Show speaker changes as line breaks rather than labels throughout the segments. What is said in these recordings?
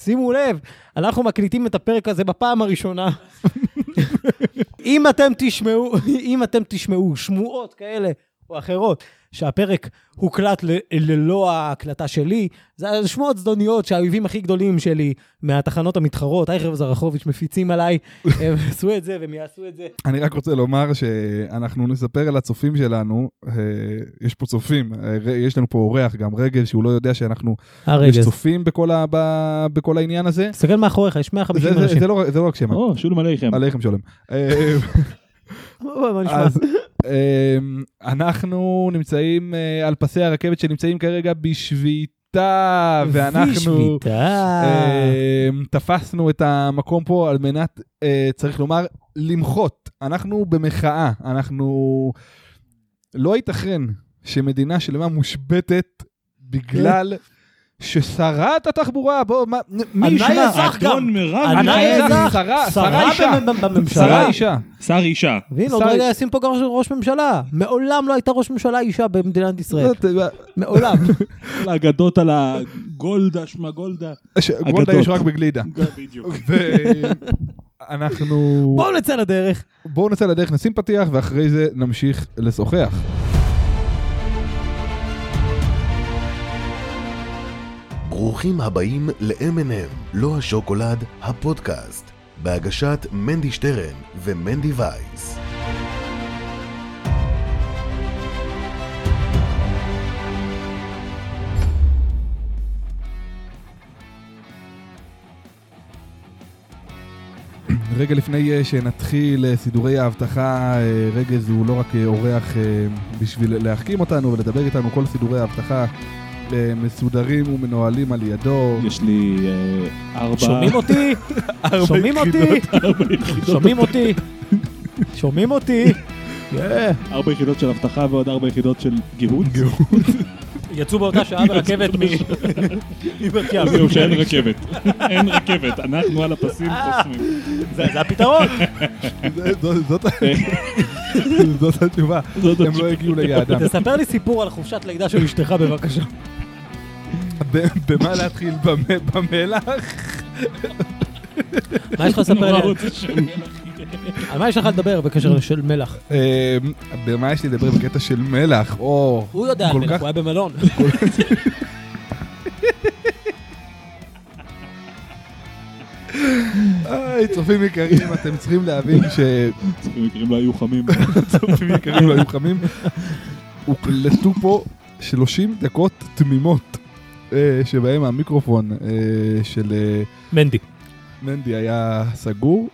שימו לב, אנחנו מקליטים את הפרק הזה בפעם הראשונה. אם אתם תשמעו, אם אתם תשמעו שמועות כאלה או אחרות, שהפרק הוקלט ל- ללא ההקלטה שלי, זה שמועות זדוניות שהאויבים הכי גדולים שלי מהתחנות המתחרות, אייכר וזרחוביץ' מפיצים עליי, הם עשו את זה והם יעשו את זה.
אני רק רוצה לומר שאנחנו נספר על הצופים שלנו, אה, יש פה צופים, אה, ר- יש לנו פה אורח גם רגל שהוא לא יודע שאנחנו, יש
הרגע,
צופים בכל ה- ב- בכל העניין הזה.
תסתכל מאחוריך, יש 150
זה- זה-
אנשים.
זה לא- זה לא רק שמא,
או, שולם עליכם.
עליכם שלום. אה,
בוא, בוא נשמע.
אז אמ, אנחנו נמצאים אה, על פסי הרכבת שנמצאים כרגע בשביתה, אה, ואנחנו
שביתה.
אמ, תפסנו את המקום פה על מנת, אה, צריך לומר, למחות. אנחנו במחאה, אנחנו... לא ייתכן שמדינה שלמה מושבתת בגלל ששרת התחבורה, בוא, מה, מי
ענאי
ישמע?
אזרח. אזרח גם.
אדון מירב.
ענאי
ענאי אזרח,
אזרח, אה, שרה, שרה
שרה
אישה.
במ- בממשלה.
שרה אישה.
שר אישה.
והנה, עוד
שרה-
רגע ישים פה גם ראש ממשלה. מעולם לא הייתה ראש ממשלה אישה במדינת ישראל.
לא,
מעולם.
כל האגדות על הגולדה, שמה גולדה.
ש- גולדה יש רק בגלידה.
בדיוק.
ואנחנו...
בואו נצא לדרך.
בואו נצא לדרך, נשים פתיח, ואחרי זה נמשיך לשוחח.
ברוכים הבאים ל-M&M, לא השוקולד, הפודקאסט, בהגשת מנדי שטרן ומנדי וייס.
רגע לפני אה, שנתחיל אה, סידורי האבטחה, אה, רגז הוא לא רק אה, אורח אה, בשביל להחכים אותנו ולדבר איתנו, כל סידורי האבטחה אה, מסודרים ומנוהלים על ידו.
יש לי אה, ארבע...
שומעים אותי? שומעים אותי? שומעים אותי? שומעים אותי?
ארבע יחידות של אבטחה ועוד ארבע יחידות של גיהות. גיהות.
יצאו באותה שעה ברכבת מבת ים.
זהו, שאין רכבת. אין רכבת, אנחנו על הפסים חוסמים.
זה זה הפתרון.
זה- זו- זאת זאת התשובה,
זאת
הם לא הגיעו ליעדם.
תספר לי סיפור על חופשת לידה של אשתך בבקשה.
ב- במה להתחיל? במ- במלח?
מה יש לך לספר
נורא
לי?
רוצה שומעים, אחי.
על מה יש לך לדבר בקשר של מלח?
אה, במה יש לי לדבר בקטע של מלח? או...
הוא יודע,
כל
מלח,
כך-
הוא היה במלון.
היי, צופים יקרים, אתם צריכים להבין שצופים
צופים יקרים לא היו חמים. אה,
יקרים לא היו חמים. הוקלטו פה 30 דקות תמימות, אה, שבהם המיקרופון אה, של אה,
מנדי.
מנדי היה סגור,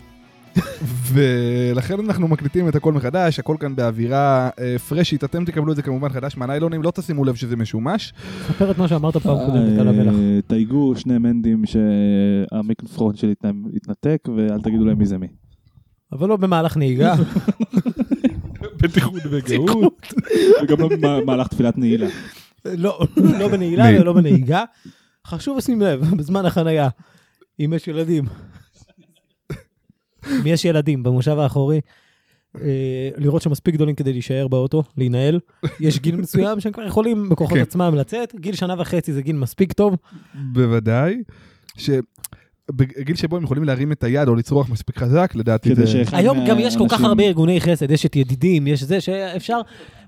ולכן אנחנו מקליטים את הכל מחדש, הכל כאן באווירה אה, פרשית, אתם תקבלו את זה כמובן חדש מהניילונים, לא תשימו לב שזה משומש.
ספר את מה שאמרת פעם קודמת על המלח.
אה, תייגו שני מנדים שהמיקרופון שלי התנ- התנתק, ואל תגידו להם מי זה מי.
אבל לא במהלך נהיגה.
בטיחות וגאות.
וגם לא במהלך תפילת נעילה.
לא, לא בנעילה
מי?
ולא בנהיגה. חשוב לשים לב, בזמן החנייה, אם יש ילדים. אם יש ילדים במושב האחורי, אה, לראות שמספיק גדולים כדי להישאר באוטו, להינעל. יש גיל מסוים שהם כבר יכולים בכוחות
כן.
עצמם לצאת. גיל שנה וחצי זה גיל מספיק טוב.
בוודאי. ש... בגיל שבו הם יכולים להרים את היד או לצרוח מספיק חזק, לדעתי
כדי
זה...
שאחד
היום גם יש כל כך
מהאנשים-
הרבה ארגוני חסד, יש את ידידים, יש זה שאפשר,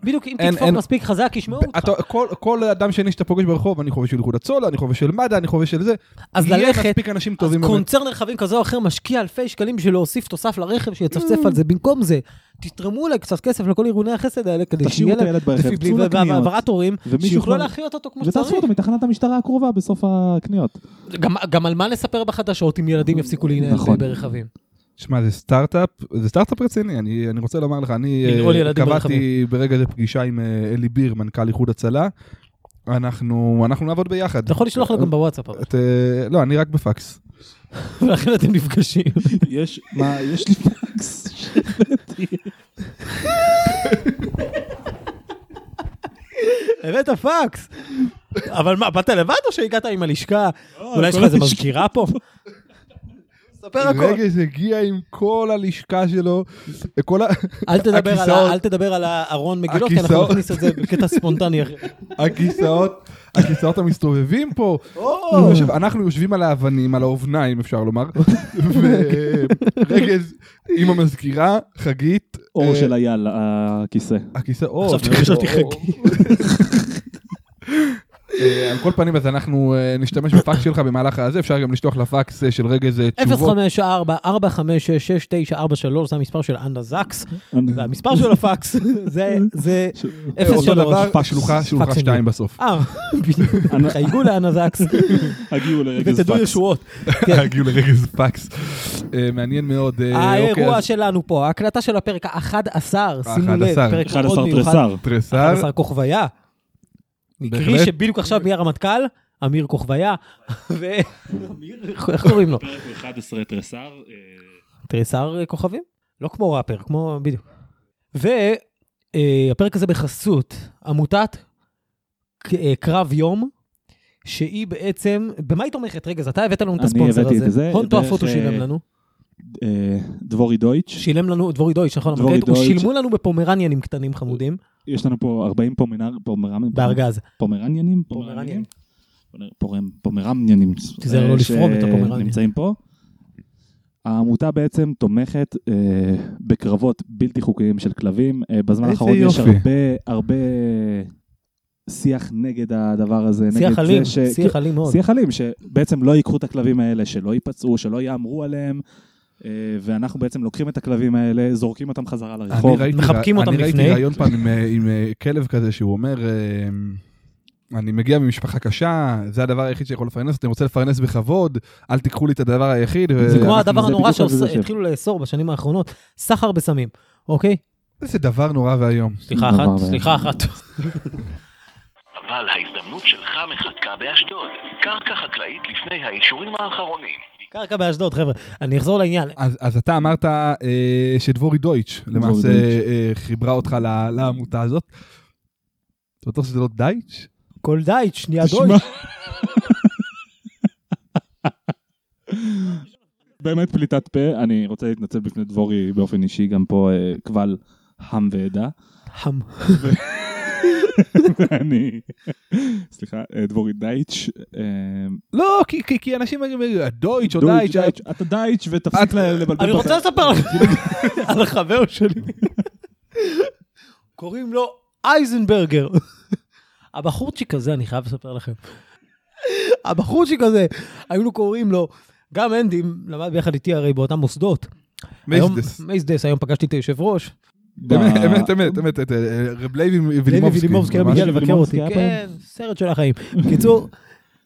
בדיוק אם
אין-
תדפוק
אין-
מספיק חזק, ישמעו אותך.
אתה, כל, כל אדם שני שאתה פוגש ברחוב, אני חובש של איחוד הצולה, אני חובש של מד"א, אני חובש של זה.
אז
יהיה
ללכת,
מספיק אנשים
אז
טובים. באמת.
קונצרן רכבים כזה או אחר משקיע אלפי שקלים בשביל להוסיף תוסף לרכב שיצפצף על זה. במקום זה, תתרמו אולי קצת כסף לכל ארגוני החסד האלה, כדי
תשאירו
שיהיה
את
להם
הילד ברכב, צאו לקניות,
והעברת הורים,
ומישהו
שיוכלו
כבר-
להחיות אותו כמו
ותעשו
שצריך.
אותו מתחנת המשטרה הקרובה בסוף הקניות.
גם- גם על מה נספר בחדשות אם ילדים יפסיקו להינעל
נכון.
ברכבים.
שמע, זה סטארט-אפ, זה סטארט-אפ רציני, אני, אני רוצה לומר לך, אני אה,
לנעול ילדים
קבעתי ברגע זה פגישה עם אה, אלי ביר, מנכ"ל איחוד הצלה. אנחנו, אנחנו נעבוד ביחד.
אתה יכול לשלוח לו גם בוואטסאפ, אבל.
את, אה, לא, אני רק בפקס.
ולכן אתם נפגשים.
יש, מה, יש לי פקס.
הבאת פקס. אבל מה, באת לבד או שהגעת עם הלשכה?
לא,
אולי יש לך
כל
איזה
הלשכה.
מזכירה פה? ספר הכל.
רגש הגיע עם כל הלשכה שלו, כל ה...
אל תדבר על ה-
הכיסאות.
אל תדבר על הארון מגילות, כי אנחנו
הכיסאות.
נכניס את זה בקטע ספונטני אחר.
הכיסאות, הכיסאות המסתובבים פה. הוא יושב- אנחנו יושבים על האבנים, על האובניים אפשר לומר, ורגז עם המזכירה, חגית.
אור
אה,
של אייל, הכיסא.
הכיסא לא- אור.
חשבתי- חשבתי
אור, אור. אה, על כל פנים, אז אנחנו אה, נשתמש בפקס שלך במהלך הזה, אפשר גם לשלוח לפקס אה, של רגז אה, תשובות.
054 4566 זה המספר של אנדה זקס, והמספר של הפקס זה- זה
ש-
אה, אותו
03.
דבר, שלוחה, שלוחה
פקס
2 בסוף.
אה, בדיוק. חייגו לאנה זקס
הגיעו לרגע
ותדעו
פקס.
ישועות.
אה,
כן.
הגיעו לרגז פקס. אה, מעניין מאוד. אה, אוקיי,
האירוע
אז אה,
שלנו פה, ההקלטה של הפרק ה-11, שימו לב,
11.
פרק
11
מאוד מיוחד.
תריסר.
תריסר,
11 כוכביה. מקרי
בהחלט.
שבדיוק עכשיו נהיה רמטכ"ל, אמיר כוכביה, ו... אמיר? איך קוראים לו?
פרק 11 תריסר. אה,
תריסר כוכבים? לא כמו ראפר, כמו... בדיוק. והפרק הזה בחסות עמותת ק- אה, קרב יום, שהיא בעצם... במה היא תומכת? רגע, אז אתה הבאת לנו את
אני
הספונסר
הבאתי את
הזה.
זה
הון
דרך,
תועפות הוא
אה,
שילם לנו.
דבורי דויטש.
שילם לנו, דבורי דויטש, נכון?
דבורי
אמרתי, הוא
דויטש.
שילמו לנו בפומרניאנים קטנים חמודים,
יש לנו פה 40 פומנר- פומרמנים.
בארגז.
פומרניינים?
פומרניינים.
פומרניינים. פומרמניינים.
תיזהר לא
אה,
לפרום את הפומרניה.
שנמצאים פה. העמותה בעצם תומכת אה, בקרבות בלתי חוקיים של כלבים. אה, בזמן
איזה
האחרון יש
יופי.
הרבה, הרבה שיח נגד הדבר הזה. נגד
שיח
זה
אלים,
ש- כן,
שיח אלים מאוד.
שיח אלים, שבעצם לא ייקחו את הכלבים האלה, שלא ייפצעו, שלא יאמרו עליהם, אה, ואנחנו בעצם לוקחים את הכלבים האלה, זורקים אותם חזרה
אני
לרחוב.
ראיתי-
מחבקים אותם
אני
לפני.
ראיתי רעיון פעם עם, אה, עם אה, כלב כזה שהוא אומר, אה, אני מגיע ממשפחה קשה, זה הדבר היחיד שיכול לפרנס, אני רוצה לפרנס בכבוד, אל תיקחו לי את הדבר היחיד. אה,
זה
זה
ו-
כמו
אנחנו-
הדבר
אה, זה
הנורא
בדיוק על זה יושב.
שהתחילו לאסור בשנים האחרונות, סחר בסמים, אוקיי?
איזה דבר נורא ואיום.
סליחה
דבר
אחת,
ואיום.
סליחה אחת.
אה,
אבל ההזדמנות שלך מחכה באשדוד. קרקע חקלאית לפני האישורים האחרונים.
קרקע באשדוד, חבר'ה. אני אחזור לעניין.
אז, אז אתה אמרת אה, שדבורי דויטש למעשה
דויטש.
אה, חיברה אותך ל- לעמותה הזאת. אתה בטוח שזה לא דייטש?
כל דייט, שנייה
תשמע.
דויטש.
באמת פליטת פה, אני רוצה להתנצל בפני דבורי באופן אישי, גם פה אה, קבל חם ועדה.
חם.
אני, סליחה, אה, דבורי דייטש. אה,
לא, כי, כי, כי אנשים אומרים, דויטש או דייטש.
אתה דייטש ותפסיק
את-
ל- לבלבל.
אני
את
רוצה
ה-
לספר לכם על החבר שלי. קוראים לו אייזנברגר. הבחורצ'יק הזה, אני חייב לספר לכם. הבחורצ'יק הזה, היו לו קוראים לו, גם אנדי למד ביחד איתי הרי באותם מוסדות. היום-
מייסדס.
מייסדס, היום פגשתי את היושב ראש.
אמת,
ב-
אמת, אמת, אמת, אה, אה, רב לוי
לוי
וילימובסקי.
וילימובסקי היה
ממש.
מגיע
ממש.
לבקר אותי,
וילימובסקי היה
כן, סרט של החיים. בקיצור,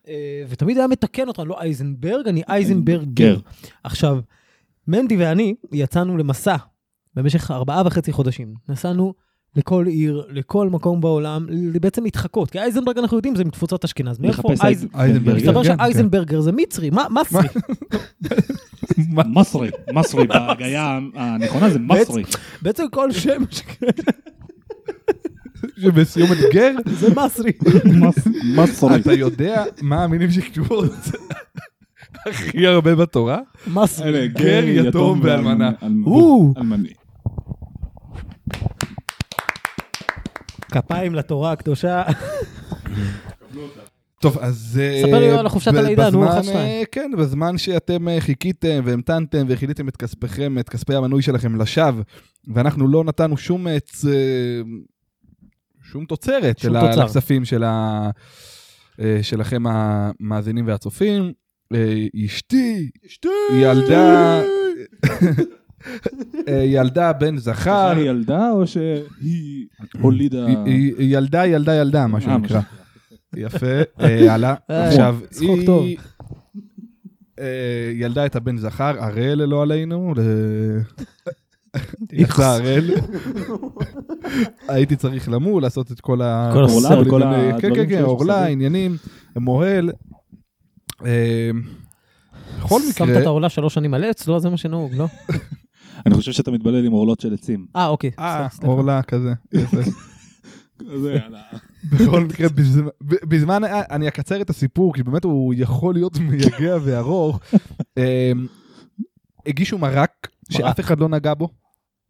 אה, ותמיד היה מתקן אותנו, לא אייזנברג, אני אייזנברגר.
גר.
עכשיו, מנדי ואני יצאנו למסע במשך ארבעה וחצי חודשים. נסענו לכל עיר, לכל מקום בעולם, ל- בעצם להתחקות, כי אייזנברג אנחנו יודעים זה מתפוצות אשכנז. מאיפה
לחפש
אייז...
אייזנברגר.
מסתבר
כן, כן.
שאייזנברגר זה מצרי, מה מצרי?
מה?
כן. מסרי, מסרי, בהגייה הנכונה זה מסרי.
בעצם כל שם שכן,
שבסיום אתגר,
זה מסרי.
מס- מסרי.
אתה יודע מה המילים שכתובות הכי הרבה בתורה?
מסרי.
אלה,
גר, יתום ואלמנה.
או.
אלמני.
כפיים לתורה הקדושה.
טוב, אז... אה,
ספר לי על החופשת
ב-
הלידה, נו,
בזמן,
חופשת.
אה, כן, בזמן שאתם אה, חיכיתם והמתנתם והחיליתם את כספכם, את כספי המנוי שלכם לשווא, ואנחנו לא נתנו שום עץ... אה, שום תוצרת
שום
ל-
תוצר.
לכספים של ה... אה, שלכם המאזינים והצופים. אה, אשתי,
אשתי!
ילדה, אה, ילדה בן זכר,
היא ילדה או שהיא הולידה?
אה.
היא- היא- היא ילדה, ילדה, ילדה, מה
אה, מה
שנקרא. יפה, אה, הלאה.
אה,
עכשיו,
צחוק טוב.
היא אה, ילדה את הבן זכר, הראל לא עלינו, ל- יצא הראל. הייתי צריך למול, לעשות את כל ה...
כל הסרט,
כל
כל
מיני- כן,
הדברים
כן, כן,
שיש
עורלה,
מסביב.
עניינים, מוהל. אה, בכל
שמת את
מקרה,
העולה שלוש שנים על עץ? לא, זה מה שנהוג, לא?
אני חושב שאתה מתבלל עם עורלות של עצים.
אה, אוקיי.
אה,
סליחה.
עורלה כזה. יפה. בכל מקרה, בזמן- ב- בזמן, אני אקצר את הסיפור, כי באמת הוא יכול להיות מייגע וארוך. אמ, הגישו מרק שאף אחד לא נגע בו,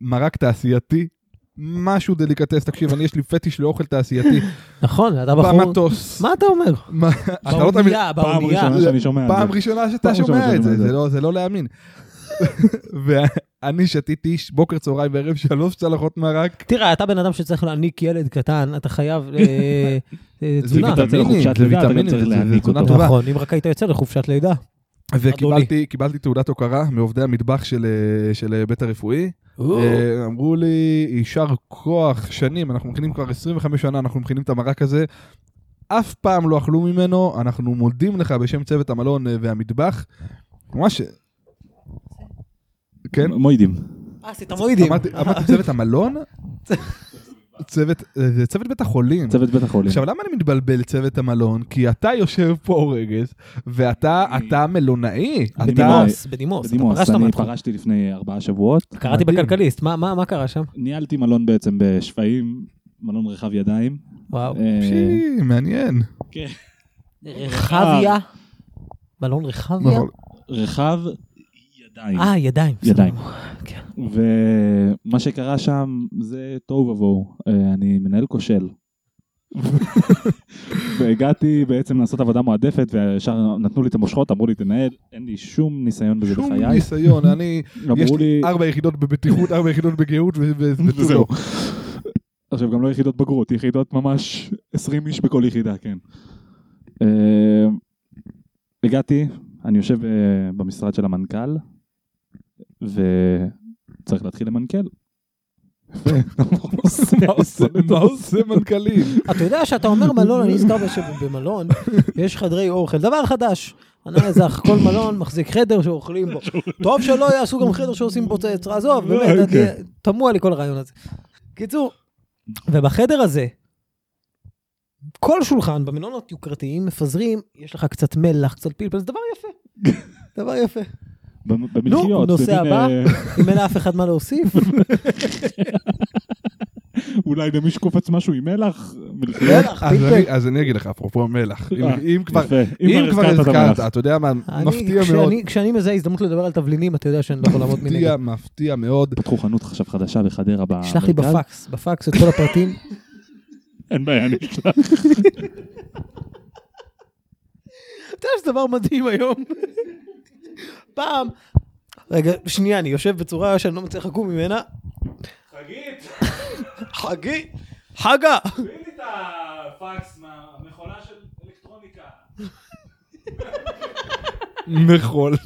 מרק תעשייתי, משהו דליקטס, תקשיב, אני יש לי פטיש לאוכל תעשייתי,
נכון, אתה בחור...
במטוס.
מה אתה אומר?
מה- אתה לא תמיד,
באונייה,
פעם
באונייה.
ראשונה שאני שומע על
פעם
זה.
ראשונה שאתה
פעם ראשונה
שומע
שאני
את זה,
שומע
זה
את זה.
לא- זה לא להאמין. ואני שתיתי ש- בוקר, צהריים וערב שלוש צלחות מרק.
תראה, אתה בן אדם שצריך להעניק ילד קטן, אתה חייב אה, אה,
זה
תזונה.
אתה צריך
ויטמינים,
חופשת
זה
לידה, אתה גם
ויטמינים,
צריך
זה- זה
להעניק
תזונה
אותו.
טובה.
נכון, אם רק היית יוצא לחופשת לידה.
וקיבלתי קיבלתי תעודת הוקרה מעובדי המטבח של, אה, של אה, בית הרפואי. אה, אמרו לי, יישר כוח, שנים, אנחנו מכינים כבר 25 שנה, אנחנו מכינים את המרק הזה. אף פעם לא אכלו ממנו, אנחנו מודים לך בשם צוות המלון אה, והמטבח. ממש... כן?
מוידים.
אה, סטמואידים.
אמרתי אמרתי צוות המלון? צוות, אה, זה צוות בית החולים.
צוות בית החולים.
עכשיו, למה אני מתבלבל צוות המלון? כי אתה יושב פה רגע, ואתה אתה מלונאי.
אני לא-
אתה...
מלונאי.
בדימוס, בדימוס. אתה
בדימוס,
פרשת
אני
מהתחום.
פרשתי לפני ארבעה שבועות.
קראתי
מדהים.
בכלכליסט, מה- מה מה קרה שם?
ניהלתי מלון בעצם בשפיים, מלון רחב ידיים.
וואו.
אה,
פשי, אוקיי, מעניין.
כן.
רחביה? מלון רחביה?
נכון.
רחב ידיים.
אה, ידיים.
ידיים.
כן.
ומה שקרה שם זה תוהו ובוהו, אה, אני מנהל כושל. והגעתי בעצם לעשות עבודה מועדפת, וישר נתנו לי את המושכות, אמרו לי תנהל, אין לי שום ניסיון בזה
שום
בחיי.
ניסיון, אני... יש
אמרו
לי
לי...
ארבע יחידות בבטיחות, ארבע יחידות בגאות ו- ו- ותו
וזהו.
לא.
עכשיו, גם לא יחידות בגרות, יחידות ממש 20 איש בכל יחידה, כן. אה, הגעתי, אני יושב אה, במשרד של המנכ"ל, וצריך להתחיל למנכ"ל. יפה.
מה עושה- מה עושה מנכ"לים?
אתה יודע שאתה אומר מלון, אני נזכר שבמלון יש חדרי אוכל, דבר חדש. ענה איזך, כל מלון מחזיק חדר שאוכלים בו. טוב שלא יעשו גם חדר שעושים בו צעצוע, עזוב,
לא,
באמת,
אוקיי.
אני- תמוה לי כל הרעיון הזה. קיצור, ובחדר הזה, כל שולחן במלונות יוקרתיים מפזרים, יש לך קצת מלח, קצת פלפל, זה דבר יפה. דבר יפה.
במ- במלחיות.
לא,
נו, נושא
במין,
הבא.
אה,
אם אין לאף אחד מה להוסיף,
אולי למישהו קופץ משהו עם מלח? מלחיות?
מלח,
אז
פלפל.
אני- אז אני אגיד לך, אפרופו מלח, אם-
אה,
אם לא, כבר...
יפה.
אם כבר
את
הזכרת,
המלח.
אתה יודע מה,
אני-
מפתיע מאוד,
כשאני- כשאני מזהה הזדמנות לדבר על תבלינים, אתה יודע שאני לא יכול לעמוד מנגד.
מפתיע, מפתיע מאוד.
פתחו חנות עכשיו חדשה בחדרה. במרכז.
שלח לי בפקס, בפקס את כל הפרטים.
אין בעיה, אני אשלח.
אתה יודע שזה דבר מדהים היום. פעם, רגע, שנייה, אני יושב בצורה שאני לא מצליח לקום ממנה. חגית. חגית. חגה.
מכולה.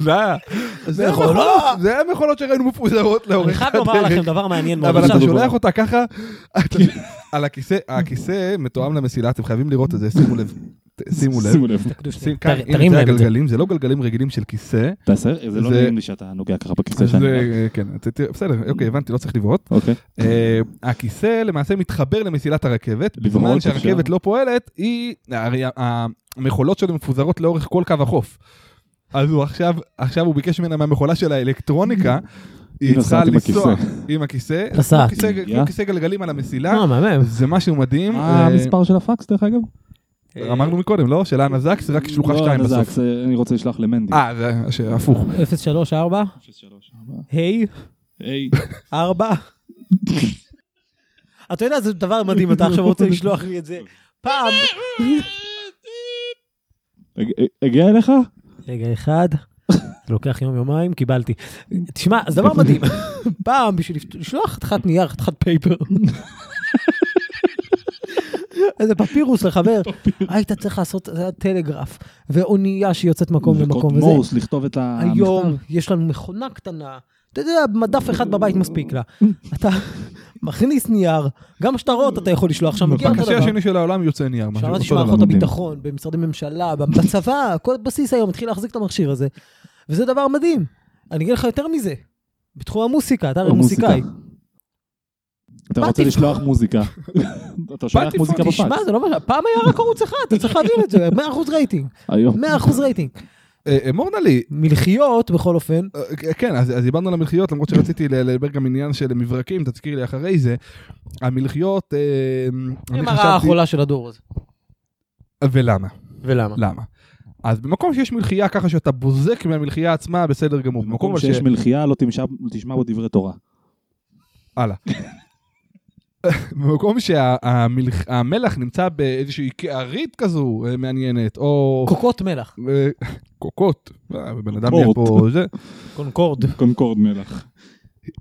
זה
מכולה.
המכולות- זה המכולות שראינו מפוזרות
אני
לאורך
חייב לומר לכם
הדרך.
דבר מעניין מאוד.
אבל אתה
עכשיו-
שולח אותה ככה, אתה- על הכיסא, הכיסא מתואם למסילה, אתם חייבים לראות את זה, שימו לב. ת- שימו לב.
שימו לב.
תקדוש,
שים- כאן,
כן, תר-
הנה,
תרים
זה
להם את זה.
הגלגלים, זה לא גלגלים רגילים של כיסא.
תעשה, זה לא
זה-
נעים לי שאתה נוגע ככה בכיסא
זה,
שאני...
אה, כן, ת- ת- בסדר, אוקיי, הבנתי, לא צריך לבהות.
אוקיי.
אה, הכיסא למעשה מתחבר למסילת הרכבת,
לבהות
בזמן
אפשר.
שהרכבת לא פועלת, היא, הרי המכולות שלו מפוזרות לאורך כל קו החוף. אז הוא עכשיו, עכשיו הוא ביקש ממנה מהמכולה של האלקטרוניקה, היא
היא
צריכה
נוסעת עם
לנסוע
הכיסא.
עם הכיסא,
נסעת.
כמו כיסא- כמו כיסא גלגלים על המסילה,
אה, מהמם.
זה משהו מדהים.
מה
אה,
המספר של הפקס דרך אגב?
אה,
אמרנו מקודם, לא? של אנה זקס, רק שלוחה
לא,
שתיים
נזק,
בסוף.
זה- אני רוצה לשלוח למנדי.
אה, זה ש- הפוך.
034, היי, 4. אתה יודע, זה דבר מדהים, אתה עכשיו רוצה לשלוח לי את זה. פעם.
הגיע אליך?
רגע אחד, זה לוקח יום יומיים, קיבלתי. תשמע, זה דבר מדהים. פעם בשביל לפת- לשלוח חתיכת נייר, חתיכת פייפר. איזה פפירוס לחבר, היית צריך לעשות זה היה טלגרף, ואונייה שיוצאת מקום למקום וזה.
מורס, לכתוב את המכתב.
היום יש לנו מכונה קטנה, אתה יודע, מדף אחד בבית מספיק לה. אתה מכניס נייר, גם שטרות אתה יכול לשלוח שם, מגיע אותו
בקצה
דבר.
השני של העולם יוצא נייר, משהו
שמעתי
אותו דבר.
שמערכות
מדהים.
הביטחון, במשרדי ממשלה, בצבא, כל בסיס היום התחיל להחזיק את המכשיר הזה. וזה דבר מדהים. אני אגיד לך יותר מזה. בתחום המוסיקה, אתה הרי
המוזיקה.
מוסיקאי.
אתה
באתי
רוצה
פה.
לשלוח מוזיקה. אתה שולח
באתי
מוזיקה
פה,
בפקס.
תשמע, זה לא משהו, פעם היה רק ערוץ אחד, אתה צריך להבין את זה, 100% רייטינג.
היום.
100% רייטינג.
אה, אה, מור נלי,
מלחיות, בכל אופן,
אה, כן, אז אז דיברנו על המלחיות, למרות שרציתי ל- לדבר גם עניין של מברקים, תזכיר לי אחרי זה. המלחיות, אה, אני
הם הרעה
חשבתי...
החולה של הדור הזה.
ולמה?
ולמה?
למה? אז במקום שיש מלחייה ככה שאתה בוזק מהמלחייה עצמה, בסדר גמור. במקום
במקום
אבל
שיש
ש...
מלחייה לא תמשע- לא תשמע בו דברי תורה.
הלאה. במקום שהמלח נמצא באיזושהי קערית כזו אה, מעניינת, או
קוקות מלח,
אה, קוקות, אה, בן אדם
קוקות.
יהיה פה, זה,
קונקורד.
קונקורד מלח.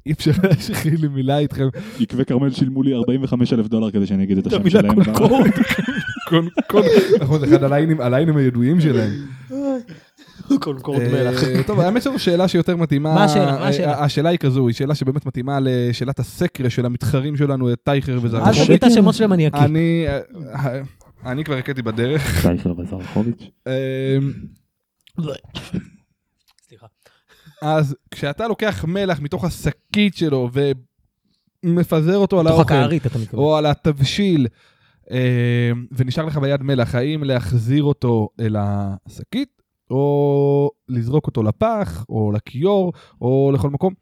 אי אפשר להשחיל לי מילה איתכם,
יקבי כרמל שילמו לי 45 אלף דולר כדי שאני אגיד את השם
המילה
שלהם. אה?
קונקורד.
קון, קון, נכון, זה אחד הליינים- הליינים הידועים שלהם.
קונקורד
אה,
מלח.
טוב, האמת שזו שאלה שיותר מתאימה.
מה השאלה? מה
אה,
השאלה?
השאלה היא כזו, היא שאלה שבאמת מתאימה לשאלת הסקר של המתחרים שלנו, את טייכר
אל תגיד
וזרחוביץ'.
את השמות שלהם, אני אקיא.
אני אה, אני כבר הכיתי בדרך.
טייכר וזרחוביץ'.
אה,
סליחה.
אז כשאתה לוקח מלח מתוך השקית שלו ומפזר אותו על
בתוך
האוכל,
הקערית אתה מתכוון.
או על התבשיל, אה, ונשאר לך ביד מלח, האם להחזיר אותו אל השקית, או לזרוק אותו לפח, או לכיור, או לכל מקום?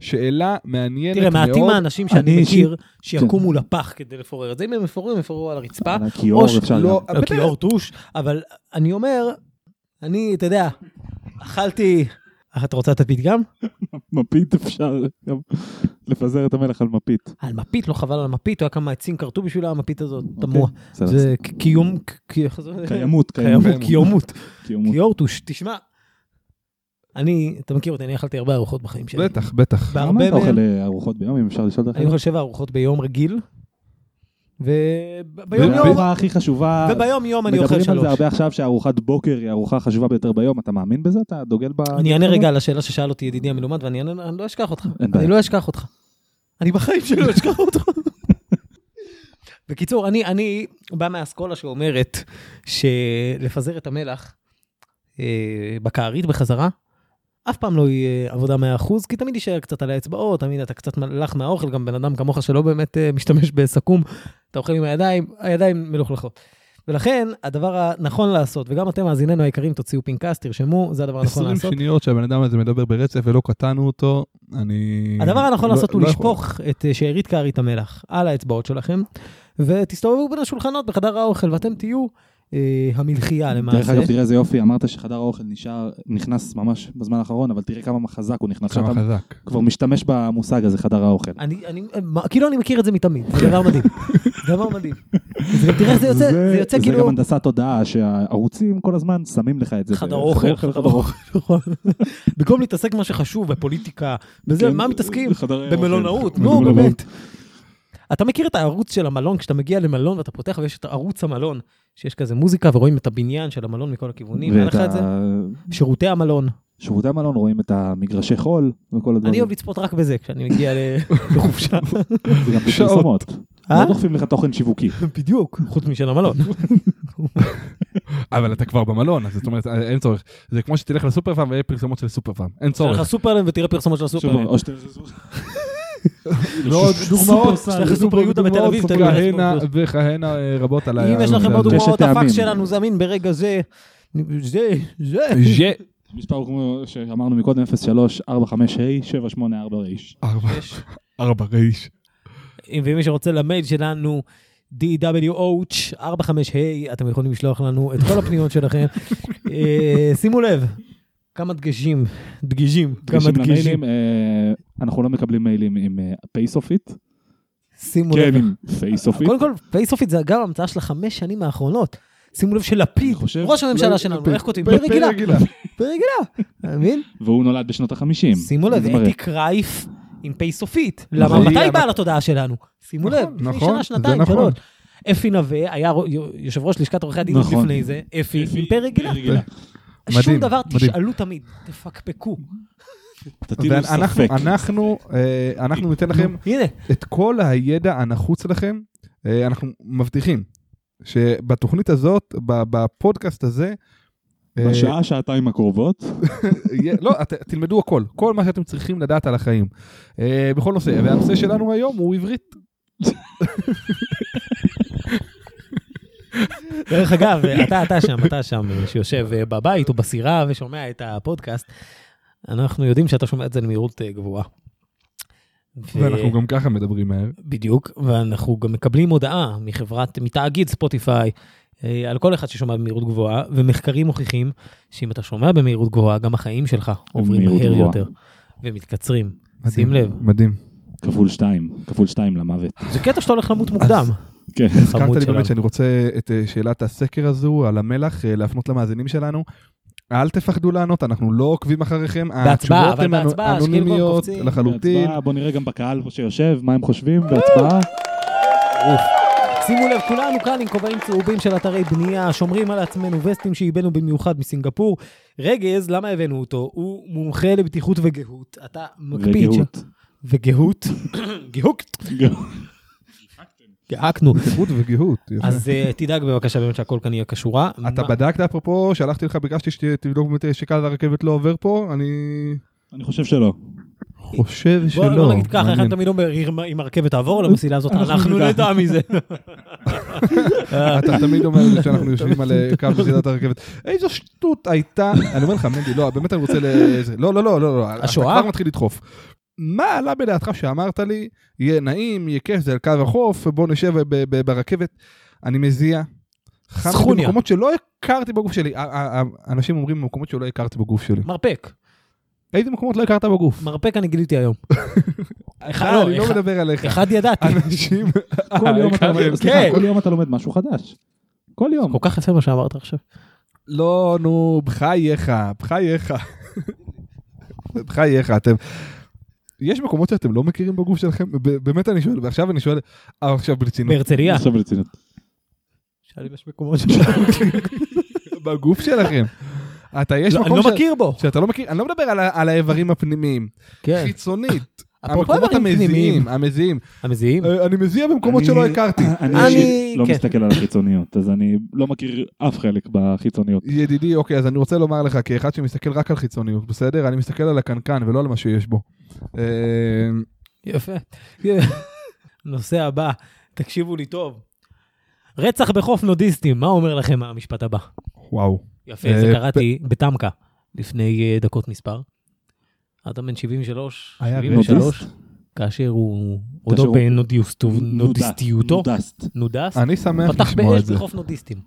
שאלה מעניינת
תראה,
מאוד.
מעטים האנשים שאני
אני אישית- כן.
מכיר שיקומו לפח כדי לפורר את זה. אם הם יפוררו, הם יפוררו על הרצפה.
על הכיור
או
אפשר
לא,
גם.
לא,
בטח,
כי אור טוש, אבל אני אומר, אני, אתה יודע, אכלתי... אה, אתה רוצה לתת פתגם?
מפית אפשר גם לפזר את המלח על מפית.
על מפית, לא חבל על המפית, הוא היה כמה עצים כרתו בשביל המפית הזאת,
אוקיי,
תמוה.
בסדר.
זה ק- קיום... ק- ק- איך זה?
קיימות, קיימות.
קיימות, קיומות.
קיומות.
קיורטוש, תשמע, אני, אתה מכיר אותי, אני אכלתי הרבה ארוחות בחיים שלי.
בטח, בטח.
בהרבה
למה אתה
מהם-
אוכל אה, ארוחות ביום, אם אפשר לשאול אותך?
אני אוכל שבע ארוחות ביום רגיל, וביום
ביום-
יום,
הארוחה הכי חשובה,
וביום יום אני אוכל
מדברים על זה
שלוש.
הרבה עכשיו שארוחת בוקר היא הארוחה החשובה ביותר ביום, אתה מאמין בזה? אתה דוגל ב...
אני אענה רגע על השאלה ששאל אותי ידידי המלומד, ואני אענה- אני לא אשכח אותך.
אין בעיה.
אני לא אשכח אותך. אני בחיים שלי לא אשכח אותך. בקיצור, אני, אני בא מהאסכולה שאומרת שלפזר את המלח אה, בקערית בחזרה, אף פעם לא יהיה עבודה 100%, כי תמיד יישאר קצת על האצבעות, תמיד אתה קצת מלח מהאוכל, גם בן אדם כמוך שלא באמת אה, משתמש בסכו"ם, אתה אוכל עם הידיים, הידיים מלוכלכות. ולכן, הדבר הנכון לעשות, וגם אתם, מאזיננו היקרים, תוציאו פנקס, תרשמו, זה הדבר הנכון
20
לעשות.
שניות שהבן אדם הזה מדבר ברצף ולא קטענו אותו, אני...
כן.
הדבר הנכון
לא-
לעשות הוא
לא יכול.
לשפוך את אה, שארית כארית המלח על האצבעות שלכם, ותסתובבו בין השולחנות בחדר האוכל, ואתם תהיו אה, המלחייה
דרך
למעשה.
אגב, תראה איזה יופי, אמרת שחדר האוכל נשאר, נכנס ממש בזמן האחרון, אבל תראה כמה חזק הוא נכנס.
כמה
שאתה
חזק.
כבר משתמש במושג הזה, חדר האוכל.
אני, אני, מה- כאילו אני מכיר את זה מתמיד, זה דבר מדהים. דבר מדהים. אז גם תראה איך זה יוצא, זה יוצא
זה גם
כאילו...
הנדסת תודעה, שהערוצים כל הזמן שמים לך את זה.
חדר אוכל,
חדר אוכל.
נכון. במקום להתעסק במה שחשוב, בפוליטיקה, בזה,
כן,
מה מתעסקים?
חדר אוכל.
במלונאות, נו
במלונאות.
באמת. אתה מכיר את הערוץ של המלון, כשאתה מגיע למלון ואתה פותח ויש את ערוץ המלון, שיש כזה מוזיקה ורואים את הבניין של המלון מכל הכיוונים, היה
ואת
לך את זה?
ה-
שירותי המלון.
שירותי המלון רואים את המגרשי חול וכל הדברים.
אני אוהב לצפות רק בזה כשאני מגיע ל-
אה?
לחופשה.
זה גם
שעות.
בפרסומות.
אה?
לא דוחפים לך תוכן שיווקי.
בדיוק. חוץ משל המלון.
אבל אתה כבר במלון, אז זאת אומרת, אה, אין צורך. זה כמו שתלך לסופר פארם ויהיה פרסומות של סופר פארם, אין
שלח
צורך.
לך סופרלנד ותראה פרסומות של
שוב,
אה,
הסופרלנד.
או שאתה-
ועוד דוגמאות,
סופר סל, סופר יהודה בתל אביב, תלוי איפה
כהנה
פרסום.
וכהנה אה, רבות על ה...
אם יש לכם עוד
ששת
דוגמאות,
טעמים.
הפאק שלנו זמין ברגע זה. זה, זה.
ז'ה.
מספר כמו שאמרנו מקודם, 0345-784-784.
ארבע-
יש.
ארבע רייש.
אם- ואם מי שרוצה למייל שלנו, dwh45ה, אתם יכולים לשלוח לנו את כל הפניות שלכם. אה, שימו לב, כמה דגשים, דגשים, כמה
דגשים
דגשים.
למיילים, אה, אנחנו לא מקבלים מיילים עם אה, פייסופית.
שימו
כן,
לב.
עם פייסופית.
קודם כל, פייסופית זה גם המצאה של החמש שנים האחרונות. שימו לב שלפיד,
אני חושב-
ראש הממשלה
לא,
שלנו,
פ-
איך כותבים?
פ-
ברגילה,
ברגילה.
ברגילה, אתה מבין?
והוא נולד בשנות החמישים.
שימו לב,
זה מראה.
אתי קרייף עם פייסופית. למה,
נכון.
מתי
היא-
היא באה לתודעה שלנו? שימו לב,
נכון,
לפני
נכון,
שנה, שנתיים,
זה נכון.
שלוש. אפי נווה היה רו- יו- יושב ראש לשכת עורכי הדין עוד
נכון.
לפני זה, אפי עם פרק גילה.
רגילה.
שום
מדהים,
דבר
מדהים.
תשאלו תמיד, תפקפקו.
תטילו
ואנחנו-
ספק.
אנחנו, אה, אנחנו ניתן לכם
הנה,
את כל הידע הנחוץ לכם, אה, אנחנו מבטיחים שבתוכנית הזאת, ב- בפודקאסט הזה, אה,
בשעה, שעתיים הקרובות,
יהיה- לא, את- תלמדו הכל, כל מה שאתם צריכים לדעת על החיים. אה, בכל נושא, והנושא שלנו היום הוא עברית.
דרך אגב, אתה, אתה שם, אתה שם, שיושב אה, בבית או בסירה ושומע את הפודקאסט, אנחנו יודעים שאתה שומע את זה למהירות אה, גבוהה. ו-
ואנחנו גם ככה מדברים מהר.
בדיוק, ואנחנו גם מקבלים הודעה מחברת, מתאגיד ספוטיפיי, אה, על כל אחד ששומע במהירות גבוהה, ומחקרים מוכיחים שאם אתה שומע במהירות גבוהה, גם החיים שלך עוברים
במהירות
מהר
גבוהה.
יותר, ומתקצרים.
מדהים,
שים לב.
מדהים.
כפול שתיים, כפול שתיים למוות.
זה קטע שאתה הולך למות מוקדם.
כן.
הזכרת
חמוד
לי
שלנו.
באמת שאני רוצה את אה, שאלת הסקר הזו על המלח אה, להפנות למאזינים שלנו. אל תפחדו לענות, אנחנו לא עוקבים אחריכם. התשובות
אבל
הן אנו-
בהצבעה, שכאילו
אנונימיות
קופצים.
לחלוטין.
בהצבעה, בוא נראה גם בקהל פה שיושב, מה הם חושבים בהצבעה.
שימו לב, כולנו כאן עם כובעים צהובים של אתרי בנייה, שומרים על עצמנו וסטים שהבאנו במיוחד מסינגפור. רגז, למה הבאנו אותו? הוא מומחה לבטיחות וגהות. אתה מקפיד. ש-
וגאות.
וגהות. גהוק. גהקנו.
גיהות וגיהות. יפה.
אז אה, תדאג בבקשה באמת שהכל כאן יהיה כשורה.
אתה
מה-
בדקת אפרופו, שלחתי לך, ביקשתי שתבדוק באמת שקו הרכבת לא עובר פה, אני
אני חושב שלא.
חושב שלא.
בוא בוא נגיד ככה, איך
מעניין.
אני תמיד אומר, אם- אם הרכבת תעבור למסילה הזאת,
אנחנו
אנחנו
נדע.
נדע מזה.
אתה תמיד אומר לי שאנחנו יושבים על אה, קו מסילת הרכבת. איזו שטות הייתה, אני אומר לך, מנדי, לא, באמת אני רוצה ל... זה- לא, לא, לא, לא, לא, אתה
השואה?
כבר מתחיל לדחוף. מה עלה בדעתך שאמרת לי, יהיה נעים, יהיה כיף, זה על קו החוף, בוא נשב ב- ב- ברכבת. אני מזיע. חם
סכוניה.
במקומות שלא הכרתי בגוף שלי. ה- ה- ה- אנשים אומרים במקומות שלא הכרתי בגוף שלי.
מרפק.
איזה מקומות לא הכרת בגוף?
מרפק אני גיליתי היום. אחד-
אה, אני
לא,
לא
אחד-
מדבר עליך.
אחד ידעתי.
אנשים,
כל יום אתה
כן.
לומד-
אה, כן.
סליחה, כל יום אתה לומד משהו חדש. כל יום.
כל כך יפה מה שאמרת עכשיו.
לא, נו, בחייך, בחייך. בחייך, אתם... יש מקומות שאתם לא מכירים בגוף שלכם? ב- באמת אני שואל, ועכשיו אני שואל, אה, עכשיו ברצינות,
בהרצליה.
עכשיו ברצינות.
שאלים יש מקומות ש...
בגוף שלכם. אתה, יש
אני
מקום
לא
ש-
מכיר בו.
שאתה לא מכיר, אני לא מדבר על ה- על האיברים הפנימיים,
כן.
חיצונית,
אפרופו
המקומות
איברים פנימיים.
המזיעים, המזיעים.
המזיעים?
אה, אני מזיע במקומות שלא
אני-
הכרתי. אה,
אני
אני-
אישית לא
כן.
מסתכל על החיצוניות, אז אני לא מכיר אף חלק בחיצוניות.
ידידי, אוקיי, אז אני רוצה לומר לך, כאחד שמסתכל רק על חיצוניות, בסדר? אני מסתכל על הקנקן ולא על מה שיש בו. אה,
יפה. נושא הבא, תקשיבו לי טוב. רצח בחוף נודיסטים, מה אומר לכם המשפט הבא?
וואו.
יפה, זה
אה,
קראתי בטמקה לפני אה, דקות מספר. אדם בן 73,
היה
73, כאשר הוא, עודו
הוא- נודע-
בנודיסטיותו,
נודסט.
נודס,
אני שמח
פתח
לשמוע
באש
את זה.
בחוף נודיסטים.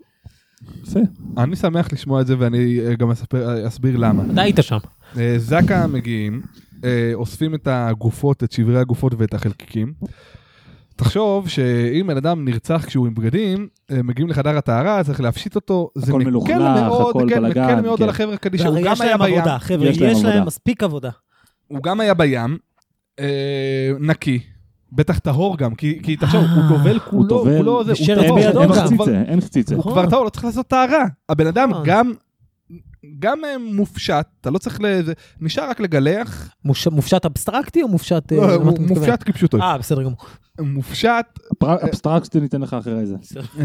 יפה.
אני שמח לשמוע את זה ואני אה, גם אספר- אה, אסביר למה.
אתה היית שם.
אה, זק"א מגיעים, אה, אוספים את הגופות, את שברי הגופות ואת החלקיקים. תחשוב שאם בן אדם נרצח כשהוא עם בגדים, אה, מגיעים לחדר הטהרה, צריך להפשיט אותו. זה
הכל
מקל
מלוכלך,
מאוד,
הכל
כן,
בלגן,
מקל מאוד
כן.
על החבר'ה קדישא, הוא
והרי
גם
לא, יש
היה
להם
בים.
עבודה, חבר'ה,
יש להם
יש להם
עבודה.
מספיק עבודה.
הוא גם היה בים, אה, נקי, בטח טהור גם, כי כי תחשוב, הוא טובל כולו,
טובל,
כולו זה, הוא
ושרץ
טהור,
בידו
אין
אין
גם.
לו-
חציצה, אין חציצה.
הוא
נכון.
כבר טהור, לא צריך לעשות טהרה. הבן אדם
נכון.
גם... גם אה, מופשט, אתה לא צריך ל... זה- נשאר רק לגלח,
מוש- מופשט אבסטרקטי או מופשט... אה,
לא,
למה
הוא
אתה מתכוון?
מופשט כפשוטו.
אה, בסדר גמור.
מופשט,
פר- אבסטרקציה ניתן לך אחרי זה.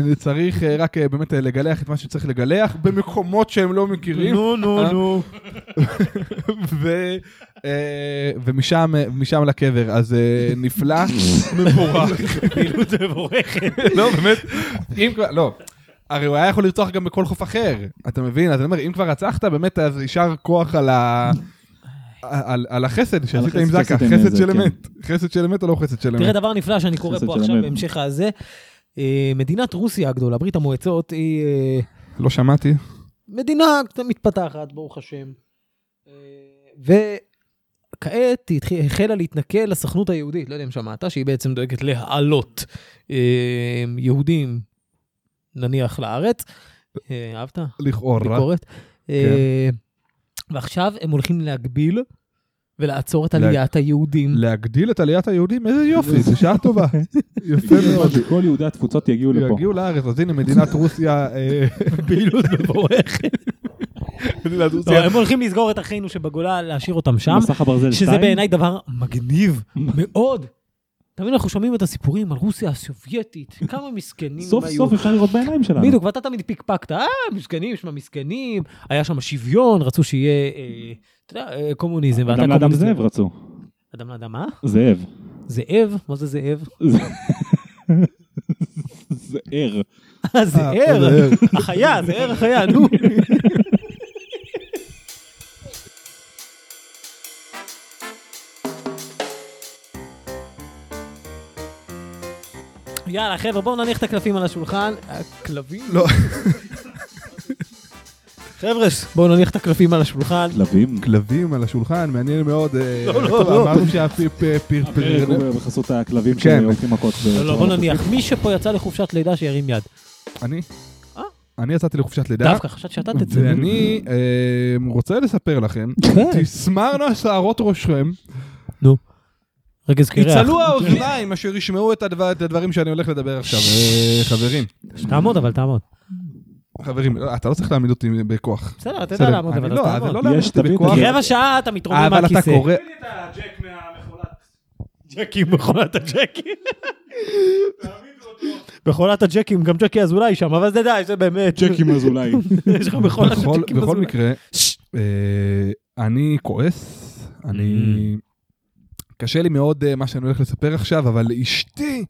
אה, צריך אה, רק אה, באמת אה, לגלח את מה שצריך לגלח, במקומות שהם לא מכירים,
נו, נו,
אה?
נו.
ו- אה, ומשם אה, משם לקבר, אז אה, נפלא, מבורך. כאילו,
פעילות מבורכת.
לא, באמת, אם כבר, לא. הרי הוא היה יכול לרצוח גם בכל חוף אחר, אתה מבין? אז אני אומר, אם כבר רצחת, באמת, אז יישר כוח על ה... על, על החסד שעשית
החסד
עם זקה,
שעשית עם
חסד
זה,
של
כן.
אמת, חסד של אמת או לא חסד של
תראה
אמת?
דבר נפלא שאני קורא
חסד
פה
של
עכשיו
אמת.
בהמשך הזה. אה, מדינת רוסיה הגדולה, ברית המועצות, היא אה,
לא שמעתי.
מדינה קצת מתפתחת, ברוך השם. אה, וכעת היא התחיל- החלה להתנכל לסוכנות היהודית, לא יודע אם שמעת, שהיא בעצם דואגת להעלות אה, יהודים, נניח, לארץ. אה, אהבת?
לכאורה.
ביקורת.
כן.
אה, ועכשיו הם הולכים להגביל ולעצור את
לה-
עליית היהודים.
להגדיל את עליית היהודים, איזה יופי, זו שעה טובה. יפה מאוד.
כל יהודי התפוצות יגיעו לפה.
אוקיי. יגיעו לארץ, אז הנה מדינת רוסיה, אה,
פעילות מבורכת.
מדינת
לא,
רוסיה.
הם הולכים לסגור את אחינו שבגולה, להשאיר אותם שם,
מסך הברזל 2.
שזה בעיניי דבר מגניב מאוד. תמיד אנחנו שומעים את הסיפורים על רוסיה הסובייטית, כמה מסכנים היו.
סוף סוף אפשר לראות בעיניים שלנו.
בדיוק, ואתה תמיד פיקפקת, אה, מסכנים, שמע, מסכנים, היה שם שוויון, רצו שיהיה, אה, אתה יודע, אה, קומוניזם, ואתה
אדם לאדם
קומוניסט.
זאב רצו.
אדם לאדם מה?
זאב.
זאב? מה זה זאב?
זאר.
אה, זאר, החיה, זאר החיה, נו. יאללה, חבר'ה, בואו נניח את הקלפים על השולחן. הכלבים?
לא.
חבר'ה, בואו נניח את הקלפים על השולחן.
כלבים?
כן. כלבים על השולחן, מעניין מאוד. אה,
לא, לא,
טוב,
לא. אוקיי,
אמרנו שהפרפר...
הפרק הוא בחסות הכלבים
כן.
שהולכים מכות.
לא, לא, בואו נניח. מי שפה יצא לחופשת לידה, שירים יד.
אני?
אה?
אני יצאתי לחופשת לידה,
דווקא, חשבת שתת את זה.
ואני אה, רוצה לספר לכם,
כן.
תסמרנה שערות ראשכם,
רגע, זכירי.
יצלו האוזניים אשר ישמעו את הדבר- את הדברים שאני הולך לדבר עכשיו. אה, חברים,
תעמוד, אבל תעמוד.
חברים, לא, אתה לא צריך להעמיד אותי בכוח.
בסדר, אתה
בסדר,
יודע לעמוד,
אני
אבל
לא,
אז
אבל
תעמוד.
לא להעמיד
יש
אותי
תמיד
בכוח.
תמיד.
רבע שעה אתה מתרומם
אבל
מהכיסא.
אתה קורא,
ג'קי, מכונת הג'קי. מכונת הג'קים, גם ג'קי אזולאי שם, אבל זה די, זה באמת.
ג'קים אזולאי.
יש לך מכונת
בכל-
הג'קים
בכל
אזולאי.
מקרה, אה, אני כועס, אני... קשה לי מאוד אה, מה שאני הולך לספר עכשיו, אבל אשתי,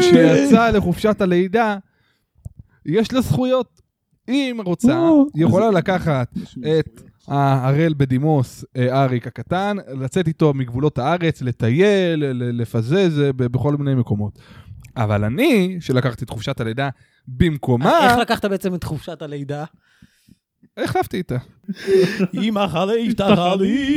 שיצאה לחופשת הלידה, יש לה זכויות. היא, אם רוצה,
או,
היא יכולה
אז-
לקחת את ההראל בדימוס, אה, אריק הקטן, לצאת איתו מגבולות הארץ, לטייל, ל- ל- לפזז אה, ב- בכל מיני מקומות. אבל אני, שלקחתי את חופשת הלידה במקומה,
אה, איך לקחת בעצם את חופשת הלידה?
החלפתי איתה.
אמא חלית חליף,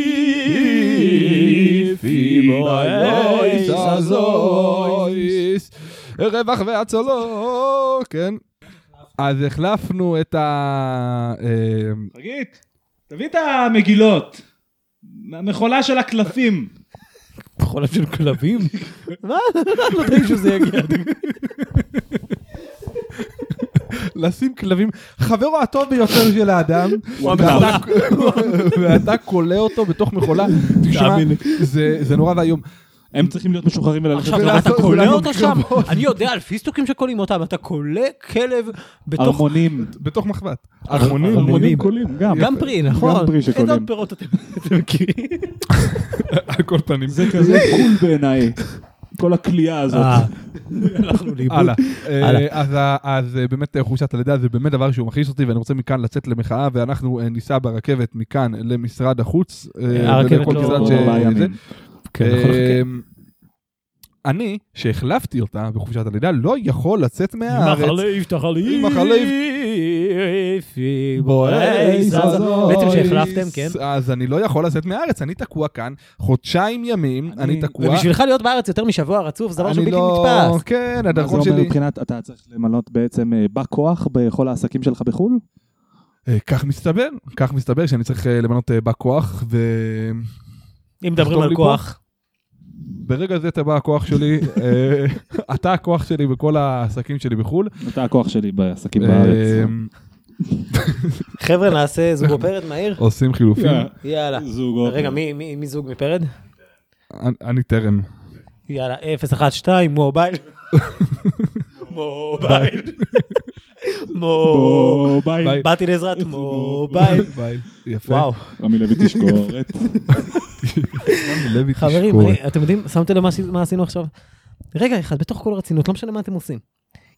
רווח והצולו, כן. אז החלפנו את ה... אה,
חגית, תביא את המגילות. מהמכולה של הקלפים.
חולם של כלבים? מה? לא יודעים שזה יגיע.
לשים כלבים, חברו הטוב ביותר של האדם,
הוא
ואתה- ואתה כולא אותו בתוך מכולה, תשמע,
תאמין לי.
זה- זה נורא ואיום.
הם צריכים להיות משוחררים וללכת.
עכשיו,
ולעשות-
אתה כולא
ולעשות
אותו שם?
קרבות.
אני יודע על פיסטוקים שכולאים אותם, אתה כולא כלב בתוך...
ארמונים.
בתוך מחבת.
ארמונים.
ארמונים קולים גם.
גם פרי, נכון?
גם פרי שקונים.
איזה עוד פירות אתם אתם מכירים?
על כל פנים.
זה כזה קול בעיניי. כל הכלייה הזאת.
אה, הלכנו לאיבוד.
הלאה. אה,
הלאה.
אז ה- אז אה, באמת אה, חופשת הלידה זה באמת דבר שהוא מכעיס אותי ואני רוצה מכאן לצאת למחאה ואנחנו אה, ניסע ברכבת מכאן למשרד החוץ. אה,
הרכבת
ולכל
לא-
גזרת
לא
ש-
ארבעה
זה.
ימים.
כן, נכון,
אה, אני, שהחלפתי אותה בחופשת הלידה, לא יכול לצאת מהארץ.
אה, מחליף תחליף.
בואי, זזוי.
בעצם שהחלפתם, כן?
אז אני לא יכול לצאת מהארץ, אני תקוע כאן חודשיים ימים,
אני-
אני תקוע.
ובשבילך להיות בארץ יותר משבוע רצוף, זה דבר שהוא
אני
בלתי
לא-
נתפס. נכון,
כן,
מה זה
הדרכון
אומר
שלי.
מבחינת, אתה צריך למנות בעצם אה, בא כוח בכל העסקים שלך בחו"ל?
אה, כך מסתבר, כך מסתבר שאני צריך אה, למנות אה, בא כוח, ו...
אם מדברים
תכתוב
על
לי
כוח.
ברגע זה אתה בא הכוח שלי, אה, אתה הכוח שלי בכל העסקים שלי בחו"ל.
אתה הכוח שלי בעסקים בארץ.
אה,
חבר'ה, נעשה זוג או פרד מהיר?
עושים חילופים.
יאללה.
זוג
רגע, מי- מי מי זוג מפרד?
אני- אני טרם.
יאללה, 0, 1, 2, מובייל. מובייל. מובייל.
או, ביי.
ביי.
באתי לעזרת מובייל.
ביי. יפה.
וואו.
רמי לוי תשקורת.
לוי
חברים,
תשקורת.
אני- אתם יודעים, שמתם לב מה עשי- מה עשינו עכשיו? רגע אחד, בתוך כל הרצינות, לא משנה מה אתם עושים.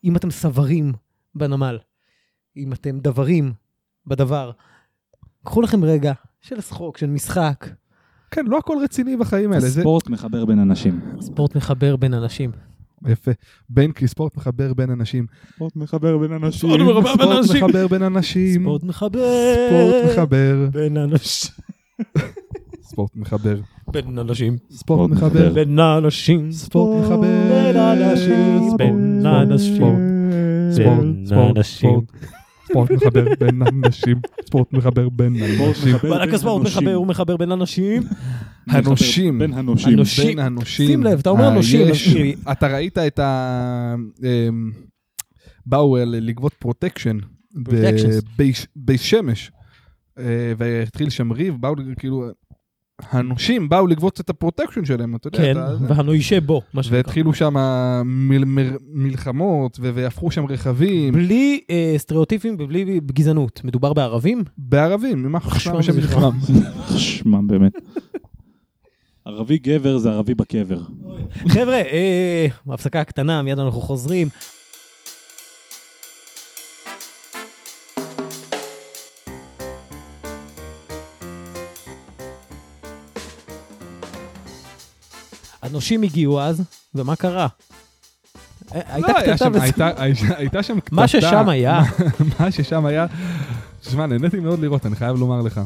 אם אתם סברים בנמל, אם אתם דברים בדבר, קחו לכם רגע של שחוק, של משחק.
כן, לא הכל רציני בחיים האלה. זה-
ספורט מחבר בין אנשים.
ספורט מחבר בין אנשים.
יפה. בין כי ספורט מחבר בין אנשים.
ספורט מחבר בין אנשים.
ספורט מחבר בין אנשים.
ספורט מחבר.
ספורט מחבר.
בין אנשים.
ספורט מחבר.
בין אנשים.
ספורט מחבר.
בין אנשים.
ספורט מחבר.
בין אנשים. בין אנשים.
ספורט. ספורט,
בין
ספורט,
אנשים.
ספורט, ספורט מחבר בין אנשים, ספורט מחבר בין אנשים,
וואלכ הספורט מחבר, הוא מחבר בין אנשים.
אנושים.
בין הנושים.
אנושים.
בין אנושים.
שים לב, אתה אומר אנושים,
היש-
אז היא-
אתה ראית את ה... אמ, באו אל- לגבות פרוטקשן
Protections.
בבית שמש, אה, והתחיל שם ריב, באו ל- כאילו... הנושים באו לגבות את הפרוטקשן שלהם, אתה יודע.
כן,
אתה-
והנוישה בו, מה שנקרא.
והתחילו שם מל- מר- מלחמות, ו- והפכו שם רכבים,
בלי אה, סטריאוטיפים ובלי גזענות. מדובר בערבים?
בערבים, ממה חשבם
חשמם
שם
וזכרם.
מלחמם?
שמע באמת. ערבי גבר זה ערבי בקבר.
חבר'ה, אה, הפסקה קטנה, מיד אנחנו חוזרים. הנושים הגיעו אז, ומה קרה? אה, הייתה
לא, היה
קטטה
שם-
וזה-
הייתה- הייתה- הייתה שם קטטה.
מה ששם היה,
מה ששם היה... תשמע, נהניתי מאוד לראות, אני חייב לומר לך.